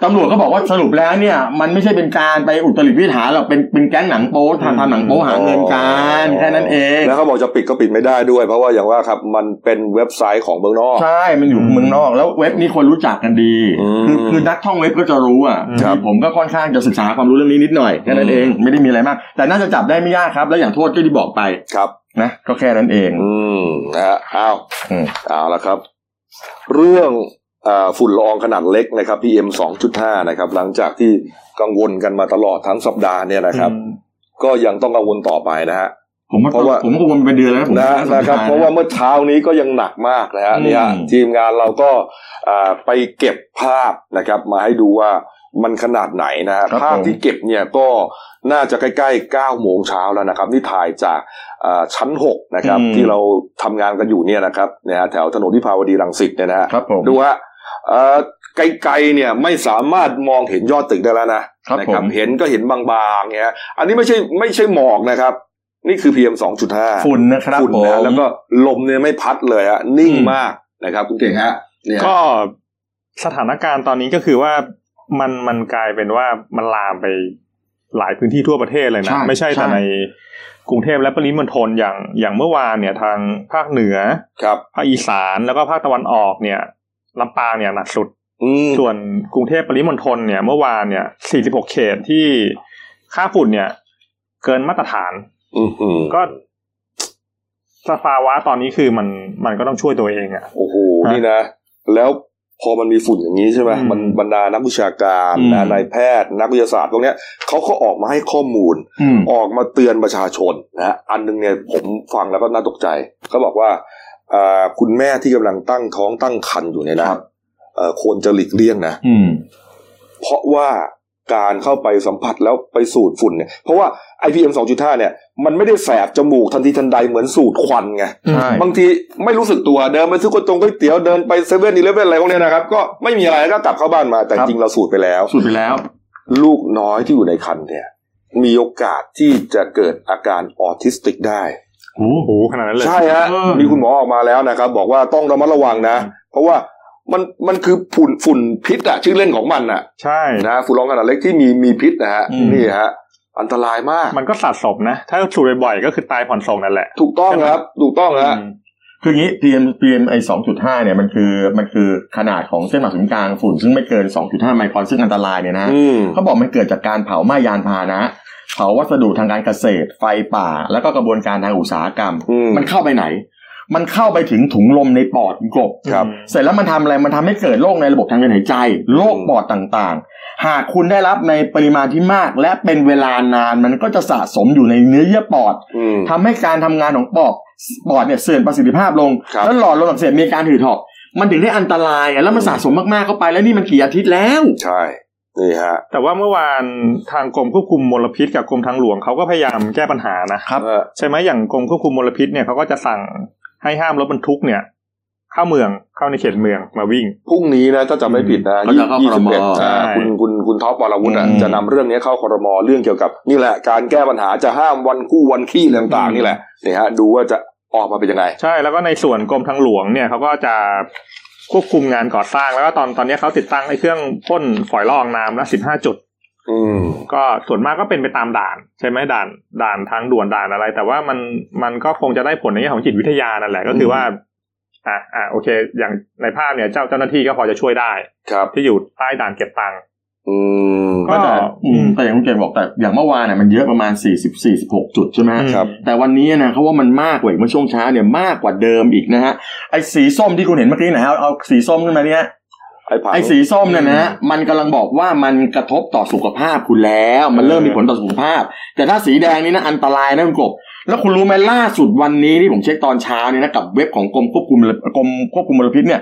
B: ตำรวจก็บอกว่าสรุปแล้วเนี่ย มันไม่ใช่เป็นการไปอุตริวิถารหรอกเป็นเป็นแก๊งหนังโป๊ทำทำหนังโป๊หาเงินกันแค่นั้นเอง
A: แล้วเขาบอกจะปิดก็ปิดไม่ได้ด้วย เพราะว่าอย่างว่าครับมันเป็นเว็บไซต์ของเมืองนอก
B: ใช่มันอยู่
C: อืม
B: เมืองนอก แล้วเว็บนี้คนรู้จักกันดี
A: อืม
B: คือคือนักท่องเว็บก็จะรู้อ่ะ
A: ครับ
B: ผมก็ค่อนข้างจะศึกษาความรู้เรื่องนี้นิดหน่อยแค่นั้นเองไม่ได้มีอะไรมาก แต่น่าจะจับได้ไม่ยากครับ แล้วอย่างโทษก็ที่บอกไป
A: ครับ
B: นะก็แค่นั้นเอง
A: อืมนะฮะเอา
B: อืม
A: เอาละครับ เรื่องเออฝุ่นละอองขนาดเล็กนะครับ PM 2.5 นะครับ หลังจากที่กังวลกันมาตลอดทั้งสัปดาห์เนี่ยนะครับ ก็ยังต้องกังวลต่อไปนะฮะ
B: ผมว่า
A: เพราะว่า
B: ผมก็คงเป็นเดือนแล้วนะผม
A: นะ
B: ว่าน่าส
A: นะครับ
B: ใจ
A: เพราะว่าเมื่อเช้านี้ก็ยังหนักมากนะฮะ
B: อืม
A: เนี่ยทีมงานเราก็อ่าไปเก็บภาพนะครับ มาให้ดูว่ามันขนาดไหนนะฮะภาพที่เก็บเนี่ยก็น่าจะใกล้ๆ9โมงเช้าแล้วนะครับ นี่ถ่ายจากอ่าชั้น 6 นะครับ
B: อืม
A: ที่เราทำงานกันอยู่เนี่ยนะครับนะฮะแถวถนนวิภาวดีรังสิตเนี่ยนะฮะ
B: ครับผม
A: ดูฮะเอ่อไกลๆเนี่ยไม่สามารถมองเห็นยอดตึกได้แล้วนะครับ นะ
B: ผม
A: เห็นก็เห็นบางๆเนี่ยฮะอันนี้ไม่ใช่ไม่ใช่หมอกนะครับ นี่คือ PM 2.5
B: ฝุ่นนะครับ
A: ฝุ่น
B: ผม
A: นะแล้วก็ลมเนี่ยไม่พัดเลยฮะนิ่ง
C: อืม
A: มากนะครับคุณเก่งฮะเนี่ย
C: ก็สถานการณ์ตอนนี้ก็คือว่ามันมันกลายเป็นว่ามันลามไปหลายพื้นที่ทั่วประเทศเลยนะ
B: ใช่
C: ไม่ใช่แต่
B: ใช่
C: ในกรุงเทพและปริมณฑลอย่างอย่างเมื่อวานเนี่ยทางภาคเหนือ
A: ครับ
C: ภาคอีสานแล้วก็ภาคตะวันออกเนี่ยลำปางเนี่ยหนักสุด
A: อืม
C: ส่วนกรุงเทพปริมณฑลเนี่ยเมื่อวานเนี่ย 46 เขตที่ค่าฝุ่นเนี่ย เกินมาตรฐาน
A: อืมอืม
C: ก็สภาวะตอนนี้คือมันมันก็ต้องช่วยตัวเองอะ
A: โอ้โห
C: ฮะ
A: นี่นะ แล้วพอมันมีฝุ่นอย่างนี้ใช่ไหม
C: อืม
A: มันบรรดานักวิชาการ
B: อืม
A: นะนายแพทย์ นักวิทยาศาสตร์พวกเนี้ยเขาก็ออกมาให้ข้อมูล
B: อืม
A: ออกมาเตือนประชาชนนะอันหนึงเนี่ยผมฟังแล้วก็น่าตกใจเขาบอกว่าอ่าคุณแม่ที่กำลังตั้งท้องตั้งครรภ์อยู่เนี่ยนะครับ เอ่อควรจะหลีกเลี่ยงนะ
B: อืม
A: เพราะว่าการเข้าไปสัมผัสแล้วไปสูดฝุ่นเนี่ยเพราะว่า IPM 2.5 เนี่ย มันไม่ได้แสบจมูกทันทีทันใดเหมือนสูดควันไง
B: ใช่
A: บางทีไม่รู้สึกตัวเดินไปซื้อก๋วยตงก๋วยเตี๋ยวเดินไปเซเว่นอีเลฟเว่นอะไรพวกเนี้ยนะครับ ก็ไม่มีอะไรก็กลับเข้าบ้านมาแต่
B: ครับ
A: จริงเราสูดไปแล้ว
B: สุดไปแล้ว
A: ลูกน้อยที่อยู่ในคันเนี่ย มีโอกาสที่จะเกิดอาการออทิสติกได้
B: โอ้
C: โอ้โหขนาดนั้นเลย
A: ใช่ฮะ
B: เออ
A: มีคุณหมอออกมาแล้วนะครับ บอกว่าต้องระมัดระวังนะ เพราะว่ามันมันคือฝุ่นฝุ่นพิษอะชื่อเล่นของมันอะ
C: ใช่
A: นะฝุ่นละอองขนาดเล็กที่มีมีพิษนะฮะ
B: อืม
A: นี่ฮะ อันตรายมาก
C: มันก็สะสมนะ ถ้าสูดบ่อยๆก็คือตายผ่อนส่งนั่นแหละ
A: ถูกต้องครับ ถูกต้องฮะ
C: อืม
B: คืออย่างนี้ PM PM ไอ2.5 เนี่ยมันคือมันคือขนาดของเส้นผ่าศูนย์กลางฝุ่น ซึ่งไม่เกิน 2.5 ไมครอนซึ่งอันตรายเนี่ยนะ
A: อืม
B: เขาบอกมันเกิดจากการเผาไหม้ยานพาหนะ เผาวัสดุทางการเกษตร ไฟป่า แล้วก็กระบวนการทางอุตสาหกรรม
A: อืม
B: มันเข้าไปไหน มันเข้าไปถึงถุงลมในปอดกบ
A: ครับ
B: เสร็จแล้วมันทำอะไร มันทำให้เกิดโรคในระบบทางเดินหายใจ โรคปอดต่างๆ หากคุณได้รับในปริมาณที่มาก และเป็นเวลานาน มันก็จะสะสมอยู่ในเนื้อเยื่อปอด
A: อืม
B: ทำให้การทำงานของปอดปอดเนี่ยเสื่อมประสิทธิภาพลง
A: ครับ
B: แล้วหลอดลมอักเสบมีอาการหืดหอบมันถึงได้อันตรายอะแล้วมันสะสมมากๆเข้าไปแล้วนี่มันกี่อาทิตย์แล้ว
A: ใช่ นี่ฮะ
C: แต่ว่าเมื่อวานทางกรมควบคุมมลพิษกับกรมทางหลวงเขาก็พยายามแก้ปัญหานะครับ
A: เออ
C: ใช่ไหมอย่างกรมควบคุมมลพิษเนี่ยเขาก็จะสั่งให้ห้ามรถบรรทุกเนี่ย เข้าเมืองเข้าในเขตเมืองมาวิ่ง
A: พรุ่งนี้นะถ้าจำไม่ผิดนะ
B: เขาจะเข้า
A: ยี่
B: ครม
A: สิบเอ็ดอ่า
C: ใช่
A: คุณคุณคุณท็อปปรวุฒิอะ
B: อืม
A: จะนำเรื่องนี้เข้าคอรมอเรื่องเกี่ยวกับ นี่แหละ การแก้ปัญหาจะห้ามวันคู่วันขี้อะไรต่างๆ นี่แหละนี่ฮะ ดูว่าจะออกมาเป็นยังไง
C: ใช่แล้วก็ในส่วนกรมทางหลวงเนี่ยเขาก็จะควบคุมงานก่อสร้างแล้วก็ตอนตอนนี้เขาติดตั้งไอ้เครื่องพ่นฝอยละอองน้ำละสิบห้าจุด
A: อืม
C: ก็ส่วนมากก็เป็นไปตามด่าน ใช่ไหมด่านด่านทางด่วนด่านอะไร แต่ว่ามันมันก็คงจะได้ผลในแง่ของจิตวิทยานั่นแหละก็คือว่าอ่ะอ่ะโอเค อย่างในภาพเนี่ยเจ้าเจ้าหน้าที่ก็พอจะช่วยได้
A: ครับ
C: ที่อยู่ใต้ด่านเก็บตังค์
A: อืม
C: ก็
B: แต่อืมแต่อย่างคุณเก่งบอกแต่อย่างเมื่อวานเนี่ยมันเยอะประมาณ 40-46 จุดใช่ไหมฮะ
A: ครับ
B: แต่วันนี้นะเขาว่ามันมากกว่าอีกเมื่อช่วงเช้าเนี่ยมากกว่าเดิมอีกนะฮะไอ้สีส้มที่คุณเห็นเมื่อกี้นะฮะเอาเอาสีส้มขึ้นมาเนี่ย
A: ไอ้ผัง
B: ไอ้สีส้มเนี่ยนะฮะมันกำลังบอกว่ามันกระทบต่อสุขภาพคุณแล้ว มันเริ่มมีผลต่อสุขภาพ แต่ถ้าสีแดงนี่นะอันตรายนะคุณกบแล้วคุณรู้ไหมล่าสุดวันนี้ที่ผมเช็คตอนเช้าเนี่ยนะกับเว็บของกรมควบคุมกรมควบคุมมลพิษเนี่ย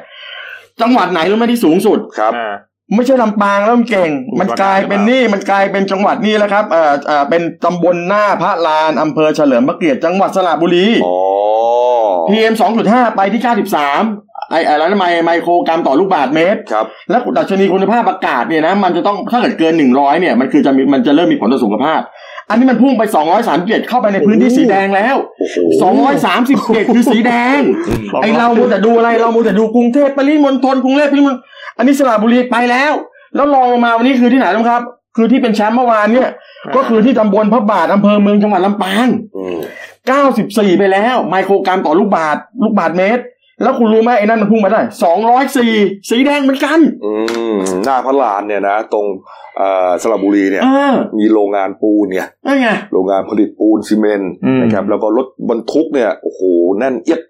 B: จังหวัดไหนรู้ไหมที่สูงสุด
A: ครับ
C: อ่า
B: ไม่ใช่ลำปางแล้วมันเก่ง มันกลายเป็นนี่ มันกลายเป็นจังหวัดนี่แล้วครับ เอ่อเอ่อเป็นตำบลหน้าพระลานอำเภอเฉลิมพระเกียรติจังหวัดสระบุรี
A: อ๋อ
B: PM 2.5 ไปที่ 93 ไอ้อะไรนะไมไมโครกรัมต่อลูกบาศก์เมตร
A: ครับ
B: และดัชนีคุณภาพอากาศเนี่ยนะ มันจะต้องถ้าเกิดเกิน 100 เนี่ย มันคือจะมีมันจะเริ่มมีผลต่อสุขภาพ อันนี้มันพุ่งไป 237 เข้าไปในพื้นที่สีแดงแล้ว
A: โอ้โห
B: 237 คือสีแดง ไอเรามูแต่ดูอะไรเรามูแต่ดูกรุงเทพปริมณฑลกรุงเทพปริมณฑลอันนี้สระบุรีไปแล้ว แล้วรองลงมาวันนี้คือที่ไหนรู้ไหมครับ คือที่เป็นแชมป์เมื่อวานเนี่ย
C: อ่า
B: ก็คือที่ตำบลพระบาทอำเภอเมืองจังหวัดลำปาง
A: อืม
B: 94 ไปแล้ว ไมโครกรัมต่อลูกบาทลูกบาทเมตร แล้วคุณรู้ไหมไอ้นั่นมันพุ่งมาได้ 204 สีแดงเหมือนกัน
A: อืม หน้าพระลานเนี่ยนะ ตรงเอ่อสระบุรีเนี่ย
B: เออ
A: มีโรงงานปูนเนี่ย
B: นั่นไง
A: โรงงานผลิตปูนซีเมนต์
C: อืม
A: นะครับ แล้วก็รถบรรทุกเนี่ย โอ้โห แน่นเอียด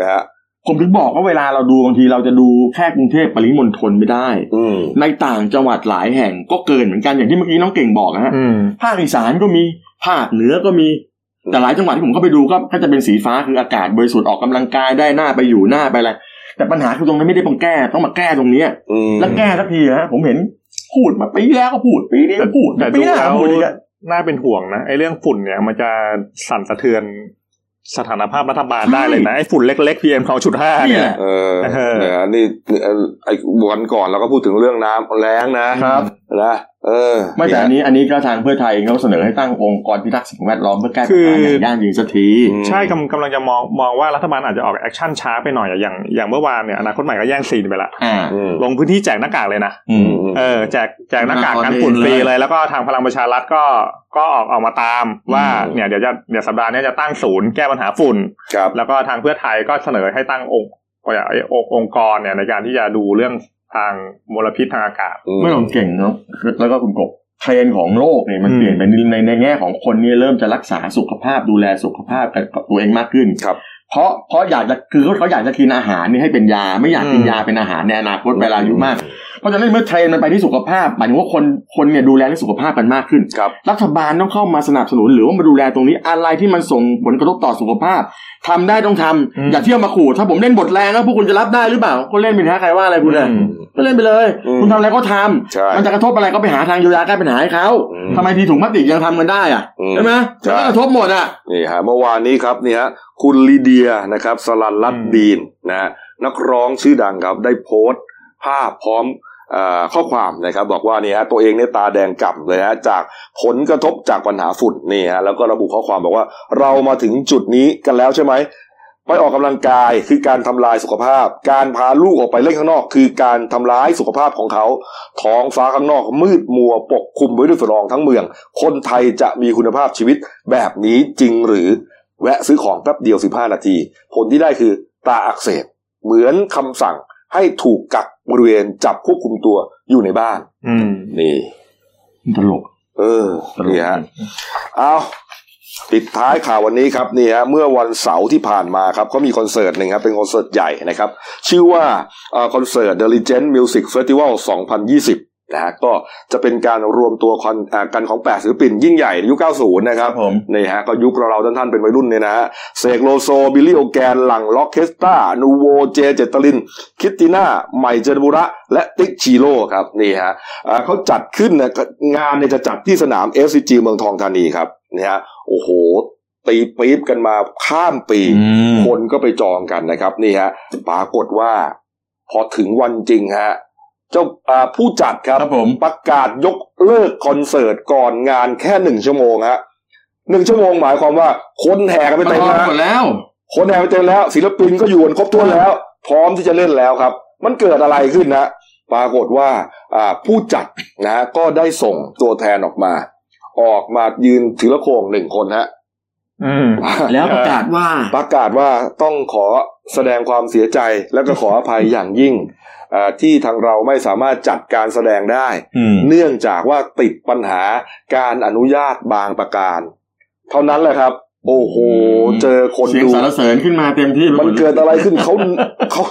A: นะฮะ
B: ผมถึงบอกว่าเวลาเราดูบางทีเราจะดูแค่กรุงเทพปริมณฑลไม่ได้
A: อืม
B: ในต่างจังหวัดหลายแห่งก็เกินเหมือนกันอย่างที่เมื่อกี้น้องเก่งบอกนะฮะ
C: อืม
B: ภาคอีสานก็มี ภาคเหนือก็มี แต่หลายจังหวัดที่ผมเข้าไปดูก็ก็จะเป็นสีฟ้าคืออากาศบริสุทธิ์ออกกำลังกายได้หน้าไปอยู่หน้าไปอะไร แต่ปัญหาคือตรงนั้นไม่ได้ต้องแก้ ต้องมาแก้ตรงเนี้ย
A: อืม
B: แล้วแก้สักทีฮะผมเห็นพูดมาปีแล้วก็พูดปีนี้ก็พูด
C: แต่
B: ปี
C: ดู
B: หน้า
C: แล้
B: ก็
C: ว
B: พูดอีกอะ
C: น่าเป็นห่วงนะไอ้เรื่องฝุ่นเนี่ยมันจะสั่นสะเทือนสถานภาพรัฐบาลได้เลยนะไอ้ฝุ่นเล็กๆ PM 2.5
B: นี่
C: เนี่ย
B: แหละ
A: เออ
C: เออ
A: เนี่ยนี่เอ่อไอ้วันก่อนเราก็พูดถึงเรื่องน้ำแล้งนะครับ นะเออ
B: ไม่แต่อันนี้อันนี้ก็ทางเพื่อไทยเองเขาเสนอให้ตั้งองค์กรพิทักษ์สิ่งแวดล้อมเพื่อแก้ปัญหาอย่างยั่งยืนสักที
C: ใช่กำกำลังจะมองมองว่ารัฐบาลอาจจะออกแอคชั่นช้าไปหน่อยอะอย่างอย่างเมื่อวานเนี่ยอนาคตใหม่ก็แย่งซีนไปละ
B: อ่า
A: อืม
C: ลงพื้นที่แจกหน้ากากเลยนะ
B: อืม
C: เออแจกแจกหน้ากากกันฝุ่น
B: เอง
C: ฟ
B: เลย
C: รีเลย แล้วก็ทางพลังประชารัฐก็ก็ออกออกมาตามว่าเนี่ยเดี๋ยวจะเดี๋ยวสัปดาห์เนี้ยจะตั้งศูนย์แก้ปัญหาฝุ่น
A: ครับ
C: แล้วก็ทางเพื่อไทยก็เสนอให้ตั้งองค์ไอ้องค์กรเนี่ยในการที่จะดูเรื่องทางมลพิษทางอากาศ
B: ไม่ต้องเก่งเนาะแล้วก็คุณกบเทรนด์ของโลกเนี่ยมัน
C: อืม
B: เปลี่ยนไปในในในแง่ของคนเนี่ยเริ่มจะรักษาสุขภาพดูแลสุขภาพกับตัวเองมากขึ้น
A: ครับ
B: เพราะเพราะอยากจะคือเขาอยากจะกินอาหารนี่ให้เป็นยา ไม่อยากกินยาเป็นอาหารในอนาคตเวลาอายุมาก เพราะฉะนั้นเมื่อเทรนด์มันไปที่สุขภาพหมายถึงว่าคนคนเนี่ยดูแลเรื่องสุขภาพกันมากขึ้น
A: ครับ
B: รัฐบาลต้องเข้ามาสนับสนุนหรือว่ามาดูแลตรงนี้อะไรที่มันส่งผลกระทบต่อสุขภาพทำได้ต้องทำ
C: อืม
B: อย่าเที่ยวมาขู่ถ้าผมเล่นบทแรงแล้วพวกคุณจะรับได้หรือเปล่าก็เล่นไปนะใครว่าอะไรคุณอะ ก็เล่นไปเลย
A: อืม
B: คุณทำอะไรก็ทำ
A: ใช่
B: มันจะกระทบอะไรก็ไปหาทางเยียวยาแก้ปัญหาให้เขา
A: อืม
B: ทำไมทีถุงพลาสติกยังทำกันได้อ่ะ
A: อืม
B: ใช่ไหม
A: ใช่
B: มันก็กระทบหมดอ่ะ
A: นี่ฮะเมื่อวานนี้ครับเนี่ยฮะคุณลีเดียนะครับสลันลัด
C: อืม
A: ดีนนะฮะนักร้องชื่อดังครับได้โพสต์ภาพพร้อมเอ่อข้อความนะครับบอกว่าเนี่ยฮะตัวเองเนี่ยตาแดงกล่ำเลยฮะจากผลกระทบจากปัญหาฝุ่นนี่ฮะแล้วก็ระบุข้อความบอกว่าเรามาถึงจุดนี้กันแล้วใช่ไหม ไปออกกำลังกายคือการทำลายสุขภาพ การพาลูกออกไปเล่นข้างนอก คือการทำร้ายสุขภาพของเขา ท้องฟ้าข้างนอกมืดมัวปกคลุมไว้ด้วยฝุ่นละอองทั้งเมือง คนไทยจะมีคุณภาพชีวิตแบบนี้จริงหรือ แวะซื้อของแป๊บเดียว 15 นาที ผลที่ได้คือตาอักเสบ เหมือนคำสั่งให้ถูกกักบริเวณจับควบคุมตัวอยู่ในบ้าน
C: อืม
A: นี่
B: ตลก
A: เออ
B: ตลก
A: นี่ฮะเอาปิดท้ายข่าววันนี้ครับนี่ฮะเมื่อวันเสาร์ที่ผ่านมาครับเขามีคอนเสิร์ตหนึ่งครับ เป็นคอนเสิร์ตใหญ่นะครับ ชื่อว่าเอ่อคอนเสิร์ต The Legend Music Festival 2020 นะฮะก็จะเป็นการรวมตัวคอนอ่ากันของ8ศิลปินยิ่งใหญ่ในยุค 90 นะครับ
B: ผม
A: นี่ฮะก็ยุคเราๆท่านๆเป็นวัยรุ่นเนี่ยนะฮะเสกโลโซ บิลลี่โอแกน หลังล็อกเคสตานูโวเจเจตลิน คิตติน่า ใหม่เจนบุระ และติ๊กชีโร่ครับ นี่ฮะอ่าเขาจัดขึ้นนะงานเนี่ยจะจัดที่สนาม s c g เมืองทองธานีครับนี่ฮะโอ้โห ตีปี๊บกันมาข้ามปี คนก็ไปจองกันนะครับนี่ฮะปรากฏว่า พอถึงวันจริงฮะเจ้าอ่าผู้จัดครับ
B: ครับผม
A: ประกาศยกเลิกคอนเสิร์ตก่อนงานแค่หนึ่งชั่วโมงฮะหนึ่งชั่วโมงหมายความว่าคนแห่กันไป
B: มัน
A: เต็มแล้
B: รอ
A: ว
B: หมดแล้ว
A: คนแห่ไปเต็มแล้ว ศิลปินก็อยู่กันครบถ้วนแล้ว พร้อมที่จะเล่นแล้วครับ มันเกิดอะไรขึ้นนะ ปรากฏว่าอ่าผู้จัดนะก็ได้ส่งตัวแทนออกมา ออกมายืนถือละโคงหนึ่งคนฮะ
C: อืม
B: แล้วประกาศว่า
A: ประกาศว่าต้องขอแสดงความเสียใจและก็ขออภัยอย่างยิ่งเอ่อที่ทางเราไม่สามารถจัดการแสดงได้
B: อืม
A: เนื่องจากว่าติดปัญหาการอนุญาตบางประการ เท่านั้นแหละครับ โอ้โห เจอคน
B: เสียง
A: ดู
B: สารเสริญขึ้นมาเต็มที่ไปห
A: มัน
B: ลย
A: เกิดอะไรขึ้นเขาเขา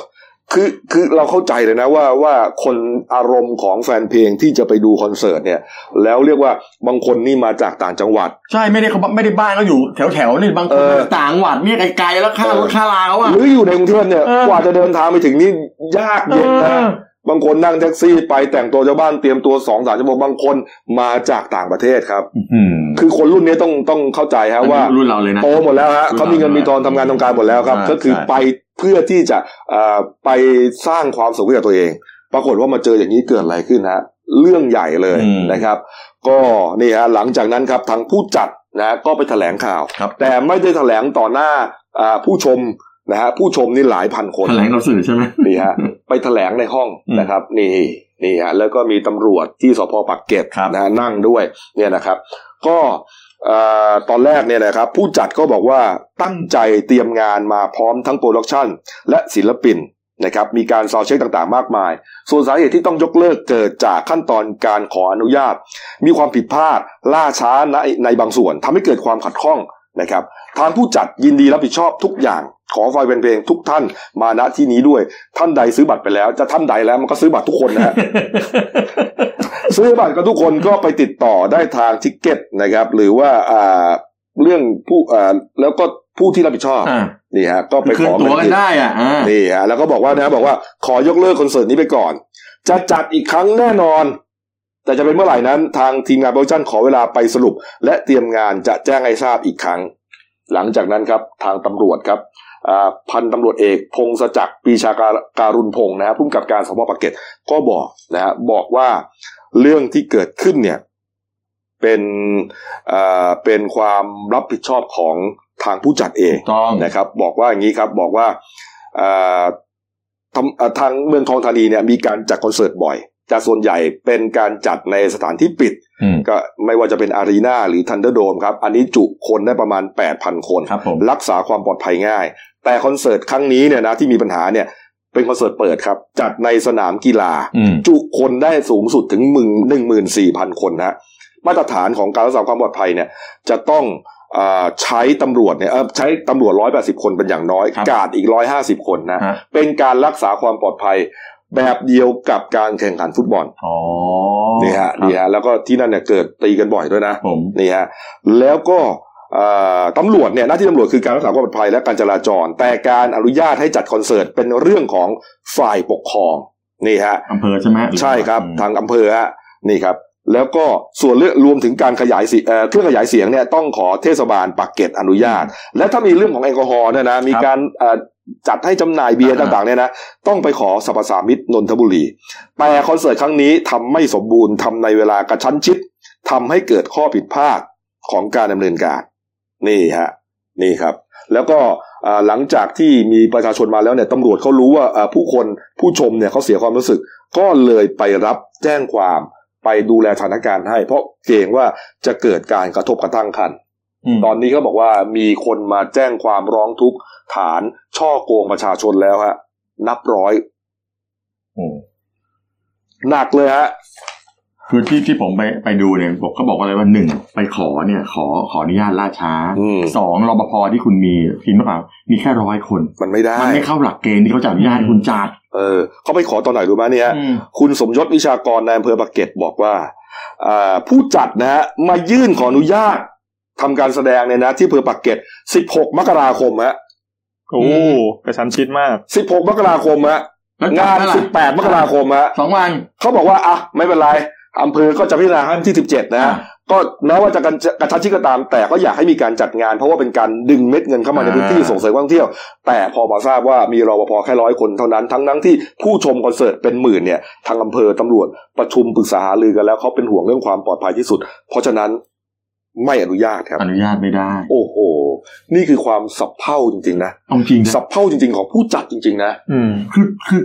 A: คือคือเราเข้าใจเลยนะว่าว่าคนอารมณ์ของแฟนเพลงที่จะไปดูคอนเสิร์ตเนี่ย แล้วเรียกว่าบางคนนี่มาจากต่างจังหวัด
B: ใช่ไม่ได้เขาไม่ได้บ้านเขาอยู่แถวแถวๆนี่บางค
A: เอนอ
B: ต่างจังหวัดเนี่ยไกลๆแล้วค่า
A: เออ
B: ค่าลาเขาอ่ะ
A: หรืออยู่ในกรุงเทพเนี่ย
B: เออ
A: กว่าจะเดินทางไปถึงนี่ยากเย็นนะ บางคนนั่งแท็กซี่ไปแต่งตัวเจ้าบ้านเตรียมตัวสองสามชั่วโมงบางคนมาจากต่างประเทศครับ คือคนรุ่นนี้ต้องต้องเข้าใจฮะว่า
B: อันนี้รุ่นเราเลยนะ
A: โตหมดแล้วฮะ
B: รุ่นเรา
A: เขามีเงินมีทองทำงานทำการหมดแล้วครับ
B: ใช่
A: ก็คือ
B: ใช่
A: ไปเพื่อที่จะเอ่อไปสร้างความสุขให้กับตัวเอง ปรากฏว่ามาเจออย่างนี้เกิดอะไรขึ้นฮะเรื่องใหญ่เลย
B: อืม
A: นะครับ ก็นี่ฮะหลังจากนั้นครับทางผู้จัดนะก็ไปแถลงข่าว
B: ครับ
A: แต่ไม่ได้แถลงต่อหน้าอ่าผู้ชมนะฮะผู้ชมนี่หลายพันคน
B: แถลงกับสื่อใช่ไหม
A: นี่ฮะ ไปแถลงในห้อง
B: อืม
A: นะครับ นี่นี่ฮะแล้วก็มีตำรวจที่สพปักเกร็ด
B: ครับ
A: นะฮะนั่งด้วยเนี่ยนะครับ ก็เอ่อตอนแรกเนี่ยนะครับ ผู้จัดก็บอกว่าตั้งใจเตรียมงานมาพร้อมทั้งโปรดักชันและศิลปินนะครับ มีการซาวด์เช็คต่างๆมากมาย ส่วนสาเหตุที่ต้องยกเลิกเกิดจากขั้นตอนการขออนุญาต มีความผิดพลาดล่าช้าในในบางส่วนทำให้เกิดความขัดข้องนะครับ ทางผู้จัดยินดีรับผิดชอบทุกอย่าง ขอไฟนเพลงทุกท่านมาณที่นี้ด้วย ท่านใดซื้อบัตรไปแล้ว จะท่านใดแล้วมันก็ซื้อบัตรทุกคน นะฮะ ซื้อบัตรก็ทุกคนก็ไปติดต่อได้ทางทิกเก็ตนะครับ หรือว่าอ่าเรื่องผู้อ่าแล้วก็ผู้ที่รับผิดชอบ
B: อ่า
A: นี่ฮะก็ไป
B: คื
A: ข
B: น
A: อ
B: ตั๋ว
A: เงิ
B: กัน
A: ที่
B: ได้อ่ะอ่า
A: นี่ฮะแล้วก็บอกว่านะบอกว่าขอยกเลิกคอนเสิร์ตนี้ไปก่อน จะจัดอีกครั้งแน่นอน แต่จะเป็นเมื่อไหร่นั้น ทางทีมงานโปรดักชั่นขอเวลาไปสรุป และเตรียมงานจะแจ้งให้ทราบอีกครั้ง หลังจากนั้นครับทางตำรวจครับอ่าพันตำรวจเอกพงศจักรปรีชาการการุณพงศ์นะฮะผู้กำกับการสพปากเกร็ดก็บอกนะฮะบอกว่าเรื่องที่เกิดขึ้นเนี่ยเป็นอ่าเป็นความรับผิดชอบของทางผู้จัดเอง
B: ต้อง
A: นะครับบอกว่าอย่างนี้ครับบอกว่าเอ่อทำเอ่อทางเมืองทองธานีเนี่ยมีการจัดคอนเสิร์ตบ่อยแต่ส่วนใหญ่เป็นการจัดในสถานที่ปิด
B: อืม
A: ก็ไม่ว่าจะเป็นอารีนาหรือทันเดอร์โดมครับ อันนี้จุคนได้ประมาณ 8,000 คน
B: ครับผม
A: รักษาความปลอดภัยง่าย แต่คอนเสิร์ตครั้งนี้เนี่ยนะที่มีปัญหาเนี่ยเป็นคอนเสิร์ตเปิดครับ จัดในสนามกีฬา
B: อืม
A: จุคนได้สูงสุดถึงหมื่นหนึ่งหมื่นสี่พันคนนะฮะมาตรฐานของการรักษาความปลอดภัยเนี่ยจะต้องอาใช้ตำรวจเนี่ยเอ่อใช้ตำรวจร้อยแปดสิบคนเป็นอย่างน้อย
B: ครับ
A: กาดอีกร้อยห้าสิบคนนะ
B: ฮะ
A: เป็นการรักษาความปลอดภัยแบบเดียวกับการแข่งขันฟุตบอล
B: อ๋อ
A: นี่ฮะ
B: ครับ
A: นี่ฮะแล้วก็ที่นั่นเนี่ยเกิดตีกันบ่อยด้วยนะ
B: ผม
A: นี่ฮะแล้วก็เอ่อตำรวจเนี่ยหน้าที่ตำรวจคือการรักษาความปลอดภัยและการจราจร แต่การอนุญาตให้จัดคอนเสิร์ตเป็นเรื่องของฝ่ายปกครองนี่ฮะ
B: อำเภอใช่ไหมหอ
A: ใช่ครับ
B: อืม
A: ทางอำเภอฮะนี่ครับ แล้วก็ส่วนเรื่องรวมถึงการขยายเสียงเอ่อเครื่องขยายเสียงเนี่ยต้องขอเทศบาลปากเกร็ดอนุญาต และถ้ามีเรื่องของแอลกอฮอล์เนี่ยนะมีการเอ่อจัดให้จำหน่ายเบียร์
B: อ่า
A: ต่างๆเนี่ยนะต้องไปขอสรรพสามิตนนทบุรี แต่คอนเสิร์ตครั้งนี้ทำไม่สมบูรณ์ทำในเวลากระชั้นชิดทำให้เกิดข้อผิดพลาดของการดำเนินการ นี่ฮะนี่ครับ แล้วก็อ่าหลังจากที่มีประชาชนมาแล้วเนี่ยตำรวจเขารู้ว่าอ่าผู้คนผู้ชมเนี่ยเขาเสียความรู้สึก ก็เลยไปรับแจ้งความไปดูแลสถานการณ์ให้ เพราะเกรงว่าจะเกิดการกระทบกระทั่งกัน
B: ม
A: ตอนนี้เขาบอกว่ามีคนมาแจ้งความร้องทุกข์ฐานช่อโกงประชาชนแล้วฮะ นับร้อย
B: โอ้
A: หนักเลยฮะ
B: คือที่ที่ผมไปไปดูเนี่ยผมก็บอกว่าอะไรว่าหนึ่งไปขอเนี่ย ขอขออนุญาตล่าช้า
A: อืม
B: สองรปภที่คุณมีจริงหรือเปล่ามีแค่ร้อยคน
A: มันไม่ได้
B: มันไม่เข้าหลักเกณฑ์ที่เขาจะอนุญาตให้คุณจัด
A: เออเขาไปขอตอนไหนรู้ไหมเนี่ย
B: อืม
A: คุณสมยศวิชากรในอำเภอปากเกร็ดบอกว่าอ่า ผู้จัดนะฮะมายื่นขออนุญาตทำการแสดงเนี่ยนะ ที่อำเภอปากเกร็ด 16 มกราคมฮะ
C: โอ้กระชั้นชิดมาก
A: 16 มกราคมฮะ
B: แล้วจัด
A: งาน
B: เมื่อไหร่
A: 18 มกราคมฮะ
B: สองวัน
A: เขาบอกว่า อ่ะ ไม่เป็นไรอำเภอก็จะพิจารณาให้ที่ 17 นะฮะ ก็แม้ว่าจะกันกระชับชิดก็ตาม แต่ก็อยากให้มีการจัดงาน เพราะว่าเป็นการดึงเม็ดเงินเข้ามาใน
B: อ่า
A: พื้นที่ส่งเสริมการท่องเที่ยว แต่พอมาทราบว่ามีรปภแค่ร้อยคนเท่านั้นทั้งทั้งที่ผู้ชมคอนเสิร์ตเป็นหมื่นเนี่ยทางอำเภอตำรวจประชุมปรึกษาหารือกันแล้วเขาเป็นห่วงเรื่องความปลอดภัยที่สุด เพราะฉะนั้นไม่อนุญาตครับ
B: อนุญาตไม่ได้
A: โอ้โห นี่คือความสับเพร่าจริงๆนะ
B: เอาจริงนะ
A: สับเพร่าจริง ๆ ของผู้จัดจริง ๆ นะ
C: อืม
B: คือคือ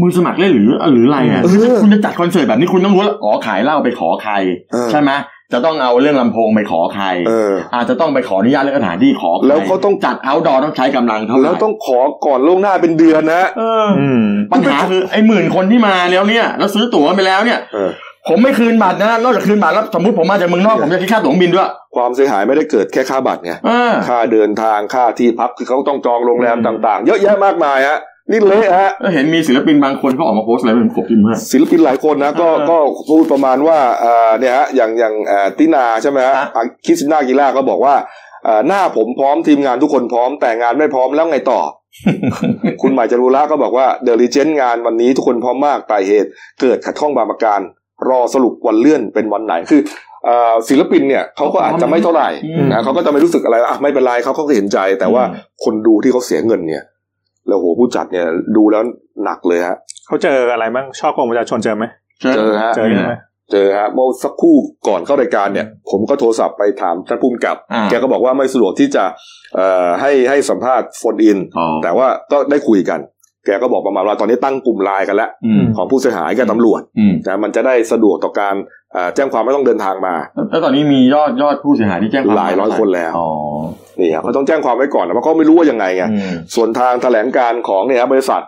B: มือสมัครเล่นหรือหรืออะไรอ่ะ
A: เออ
B: คุณจะจัดคอนเสิร์ตแบบนี้คุณต้องรู้ว่าอ๋อขายเหล้าไปขอใคร
A: เออ
B: ใช่ไหมจะต้องเอาเรื่องลำโพงไปขอใคร
A: เออ
B: อาจจะต้องไปขออนุญาตเรื่องสถานที่ขอใคร
A: แล้วเขาต้อง
B: จัดเอาดอต้องใช้กำลังเท่าไหร่
A: แล้วต้องขอก่อนล่วงหน้าเป็นเดือนนะ
B: เออ
C: อืม
B: ปัญหาคือไอ้หมื่นคนที่มาแล้วเนี่ย แล้วซื้อตั๋วไปแล้วเนี่ย
A: เออ
B: ผมไม่คืนบัตรนะนอกจากคืนบัตรแล้วสมมติผมมาจากเมืองนอกผมจะคิดค่าตั๋วเครื่องบินด้วย
A: ความเสียหายไม่ได้เกิดแค่ค่าบัตรไง
B: เออ
A: ค่าเดินทางค่าที่พักคือเขาต้องจองโรงแรม
C: อืม
A: ต่างๆ เยอะแยะมากมายฮะนี่เละฮะ
B: ก็เห็นมีศิลปินบางคนเขาออกมาโพสต์อะไรเป็นขบจิ้นมาก
A: ศิลปินหลายคนนะก็
B: เออ
A: ก็พูดประมาณว่าเอ่อเนี่ยฮะอย่างอย่างเอ่อตินาใช่ไหมฮะ
B: ฮะ
A: อ่ะคริสตินากีล่าก็บอกว่าเอ่อหน้าผมพร้อมทีมงานทุกคนพร้อมแต่งานไม่พร้อมแล้วไง ต่อ คุณหมายจารุระก็บอกว่าเดลิเจนงานวันนี้ทุกคนพร้อมมากแต่เหตุ เกิดขัดข้องบางประการ รอสรุปวันเลื่อนเป็นวันไหนคือเอ่อศิลปินเนี่ยเขาก็อาจจะไม่เท่าไหร่
B: อืม
A: นะเขาก็จะไม่รู้สึกอะไรอ่ะไม่เป็นไรเขาเขาก็เห็นใจ แต่ว่า
B: อืม
A: คนดูที่เขาเสียเงินเนี่ยแล้วโหผู้จัดเนี่ยดูแล้วหนักเลยฮะ
C: เขาเจออะไรบ้างช่อโกงประชาชนเจอไหม
A: เจอฮะ
C: เจอใช่ไหม
A: เจอฮะเมื่อสักครู่ก่อนเข้ารายการเนี่ย ผมก็โทรศัพท์ไปถามท่านภูมิกับ
B: อ่า
A: แกก็บอกว่าไม่สะดวกที่จะเอ่อให้ให้สัมภาษณ์โฟนอิน
B: อ๋อ
A: แต่ว่าก็ได้คุยกัน แกก็บอกประมาณว่าตอนนี้ตั้งกลุ่มไลน์กันแล้ว
B: อืม
A: ของผู้เสียหายกับตำรวจ
B: อืม
A: นะมันจะได้สะดวกต่อการเอ่อแจ้งความไม่ต้องเดินทางมา
B: แล้วตอนนี้มียอดยอดผู้เสียหายที่แจ้งความ
A: หลายร้อยคนแล้ว
B: อ๋อ
A: นี่ครับเขาต้องแจ้งความไว้ก่อนนะเพราะเขาไม่รู้ว่ายังไงไง
B: อืม
A: ส่วนทางแถลงการของเนี่ยฮะบริษัท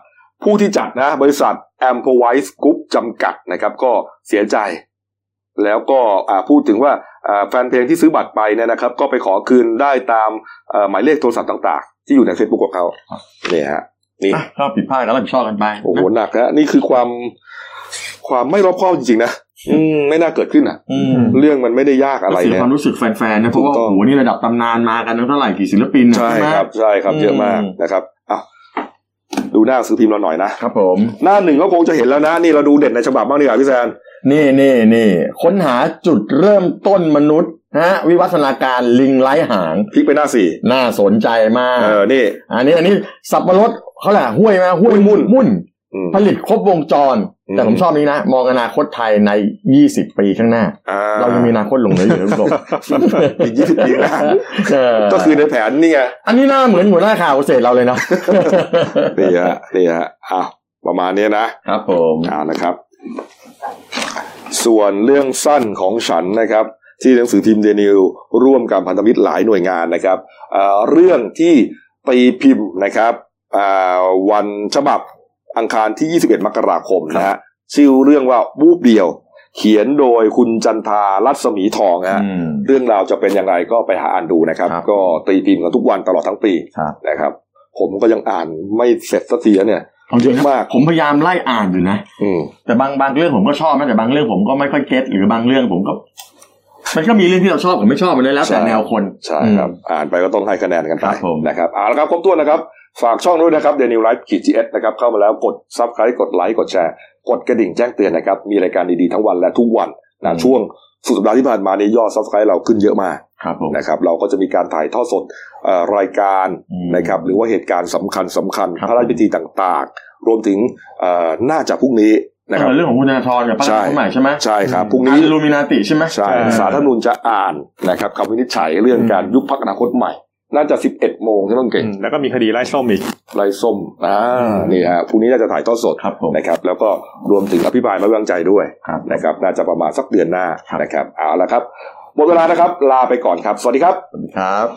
A: ผู้ที่จัดนะ บริษัท a m p e r w i s e Group จำกัดนะครับ ก็เสียใจ แล้วก็อ่าพูดถึงว่าอ่าแฟนเพลงที่ซื้อบัตรไปเนี่ยนะครับ ก็ไปขอคืนได้ตามเอ่อหมายเลขโทรศัพท์ต่าง ๆ ที่อยู่ในเฟซบุ๊กของเขา
B: ครับ
A: เนี่ยฮะนี่
B: อ่ะก็ผิดพลาดแล้วรับผิดชอบกันไป
A: โอ้โหหนักนะนี่คือความความไม่รอบคอบจริง ๆ นะอืมไม่น่าเกิดขึ้นอ่ะ
B: อืม
A: เรื่องมันไม่ได้ยากอะไร
B: ก็เสีย
A: เนี่ย
B: ความรู้สึกแฟนๆนะเพราะ
A: ถู
B: ว่า
A: กต้
B: โอ้
A: อง
B: โหนี่ระดับตำนานมากันตั้งเท่าไหร่กี่ศิลปินนะ
A: ใช่
B: ไหม
A: ครับใช่ครับ เยอะมาก
B: อืม
A: นะครับอ่ะดูหน้าหนังสือพิมพ์เราหน่อยนะ
B: ครับผม
A: หน้าหนึ่งก็คงจะเห็นแล้วนะ นี่เราดูเด่นในฉบับบ้างดีกว่าพี่แซน
B: นี่นี่นี่ค้นหาจุดเริ่มต้นมนุษย์นะฮะวิวัฒนาการลิงไร้หาง
A: พลิกไปหน้าสี่
B: น่าสนใจมาก
A: เออ นี่
B: อันนี้อันนี้สับปะรดเขาแหละห้วยมาห้วย
A: ห้วยมุ่
B: มุ่
A: น
B: นมุ่น
A: อืม
B: ผลิตครบวงจร
A: อืม
B: แต่ผมชอบนี้นะ มองอนาคตไทยใน 20 ปีข้างหน้า
A: อ่า
B: เรายังมีอนาคตหลงเหลืออยู่ทุก
A: อีกยี่สิบปีนะก็
B: ก็
A: คือในแผนนี่ไง
B: อันนี้หน้าเหมือนหัวหน้าข่าวเกษตรเราเลยเนาะ
A: นี่ฮะนี่ฮะอ้าวประมาณนี้นะครับ
B: ผม
A: อ่านะครับ ส่วนเรื่องสั้นของฉันนะครับ ที่หนังสือพิมพ์เดนิลร่วมกับพันธมิตรหลายหน่วยงานนะครับเอ่อเรื่องที่ตีพิมพ์นะครับอ่าวันฉบับอังคารที่ 21 มกราคมนะฮะชื่อเรื่องว่าบูบเดียว เขียนโดยคุณจันทารัศมีทองฮะ
B: อืม
A: เรื่องราวจะเป็นอย่างไรก็ไปหาอ่านดูนะครับ
B: ครับ
A: ก็ตีพิมพ์กันทุกวันตลอดทั้งปี
B: ครับ
A: นะครับ ผมก็ยังอ่านไม่เสร็จสักทีนะเนี่ย
B: เอาจริงนะ
A: มาก
B: ผมพยายามไล่อ่านอยู่นะ
A: อืม
B: แต่บางบางเรื่องผมก็ชอบนะแต่บางเรื่องผมก็ไม่ค่อยเก็ตหรือบางเรื่องผมก็ มันก็มีเรื่องที่เราชอบกับไม่ชอบไปเลยแล้ว แต่
A: ใช่
B: แนวคน
A: ใช่ครับ อ่านไปก็ต้องให้คะแนนกันไป
B: ครับผม
A: นะครับเอาละครับครบถ้วนนะครับ ฝากช่องด้วยนะครับเดนิวไลฟ์ขีดจีเอสนะครับ เข้ามาแล้วกดซับสไครต์กดไลค์กดแชร์ กดกระดิ่งแจ้งเตือนนะครับ มีรายการดีๆทั้งวันและทุกวันนะช่วงสุดสัปดาห์ที่ผ่านมานี้ยอดซับสไครต์เราขึ้นเยอะมาก
B: ครับผม
A: นะครับเราก็จะมีการถ่ายทอดสดเอ่อรายการ
B: อืม
A: นะครับหรือว่าเหตุการณ์สำคัญสำคัญ
B: ครับ
A: พระราชพิธีต่างๆ รวมถึงเอ่อน่าจะพรุ่งนี้นะครับ
B: เออเรื่องของคุณธนาธรกับพรรค
A: ใช่
B: คนใหม่ใช่ไหม
A: ใช่ครับพรุ่ง
B: อั
A: นี้
B: นลูมินาติใช่ไหม
A: ใช่
C: ใช่
A: สารรัฐธรรมนูญจะอ่านนะครับคำวินิจฉัยเรื่องการยุบพักอนาคตใหม่ น่าจะ 11 โมงใช่ไหมคุณเก่ง
C: อืมแล้วก็มีคดีไล่ส้มอีก
A: ไรส้มอ่านี่ฮะพรุ่งนี้น่าจะถ่ายทอดสด
B: ครับผม
A: นะครับ แล้วก็รวมถึงอภิปรายไม่ไว้วางใจด้วย
B: ครับ
A: นะครับ น่าจะประมาณสักเดือนหน้า
B: ครับ
A: นะครับเอาละครับหมดเวลานะครับลาไปก่อนครับ สวัสดีครับ
B: สวัสดีครับ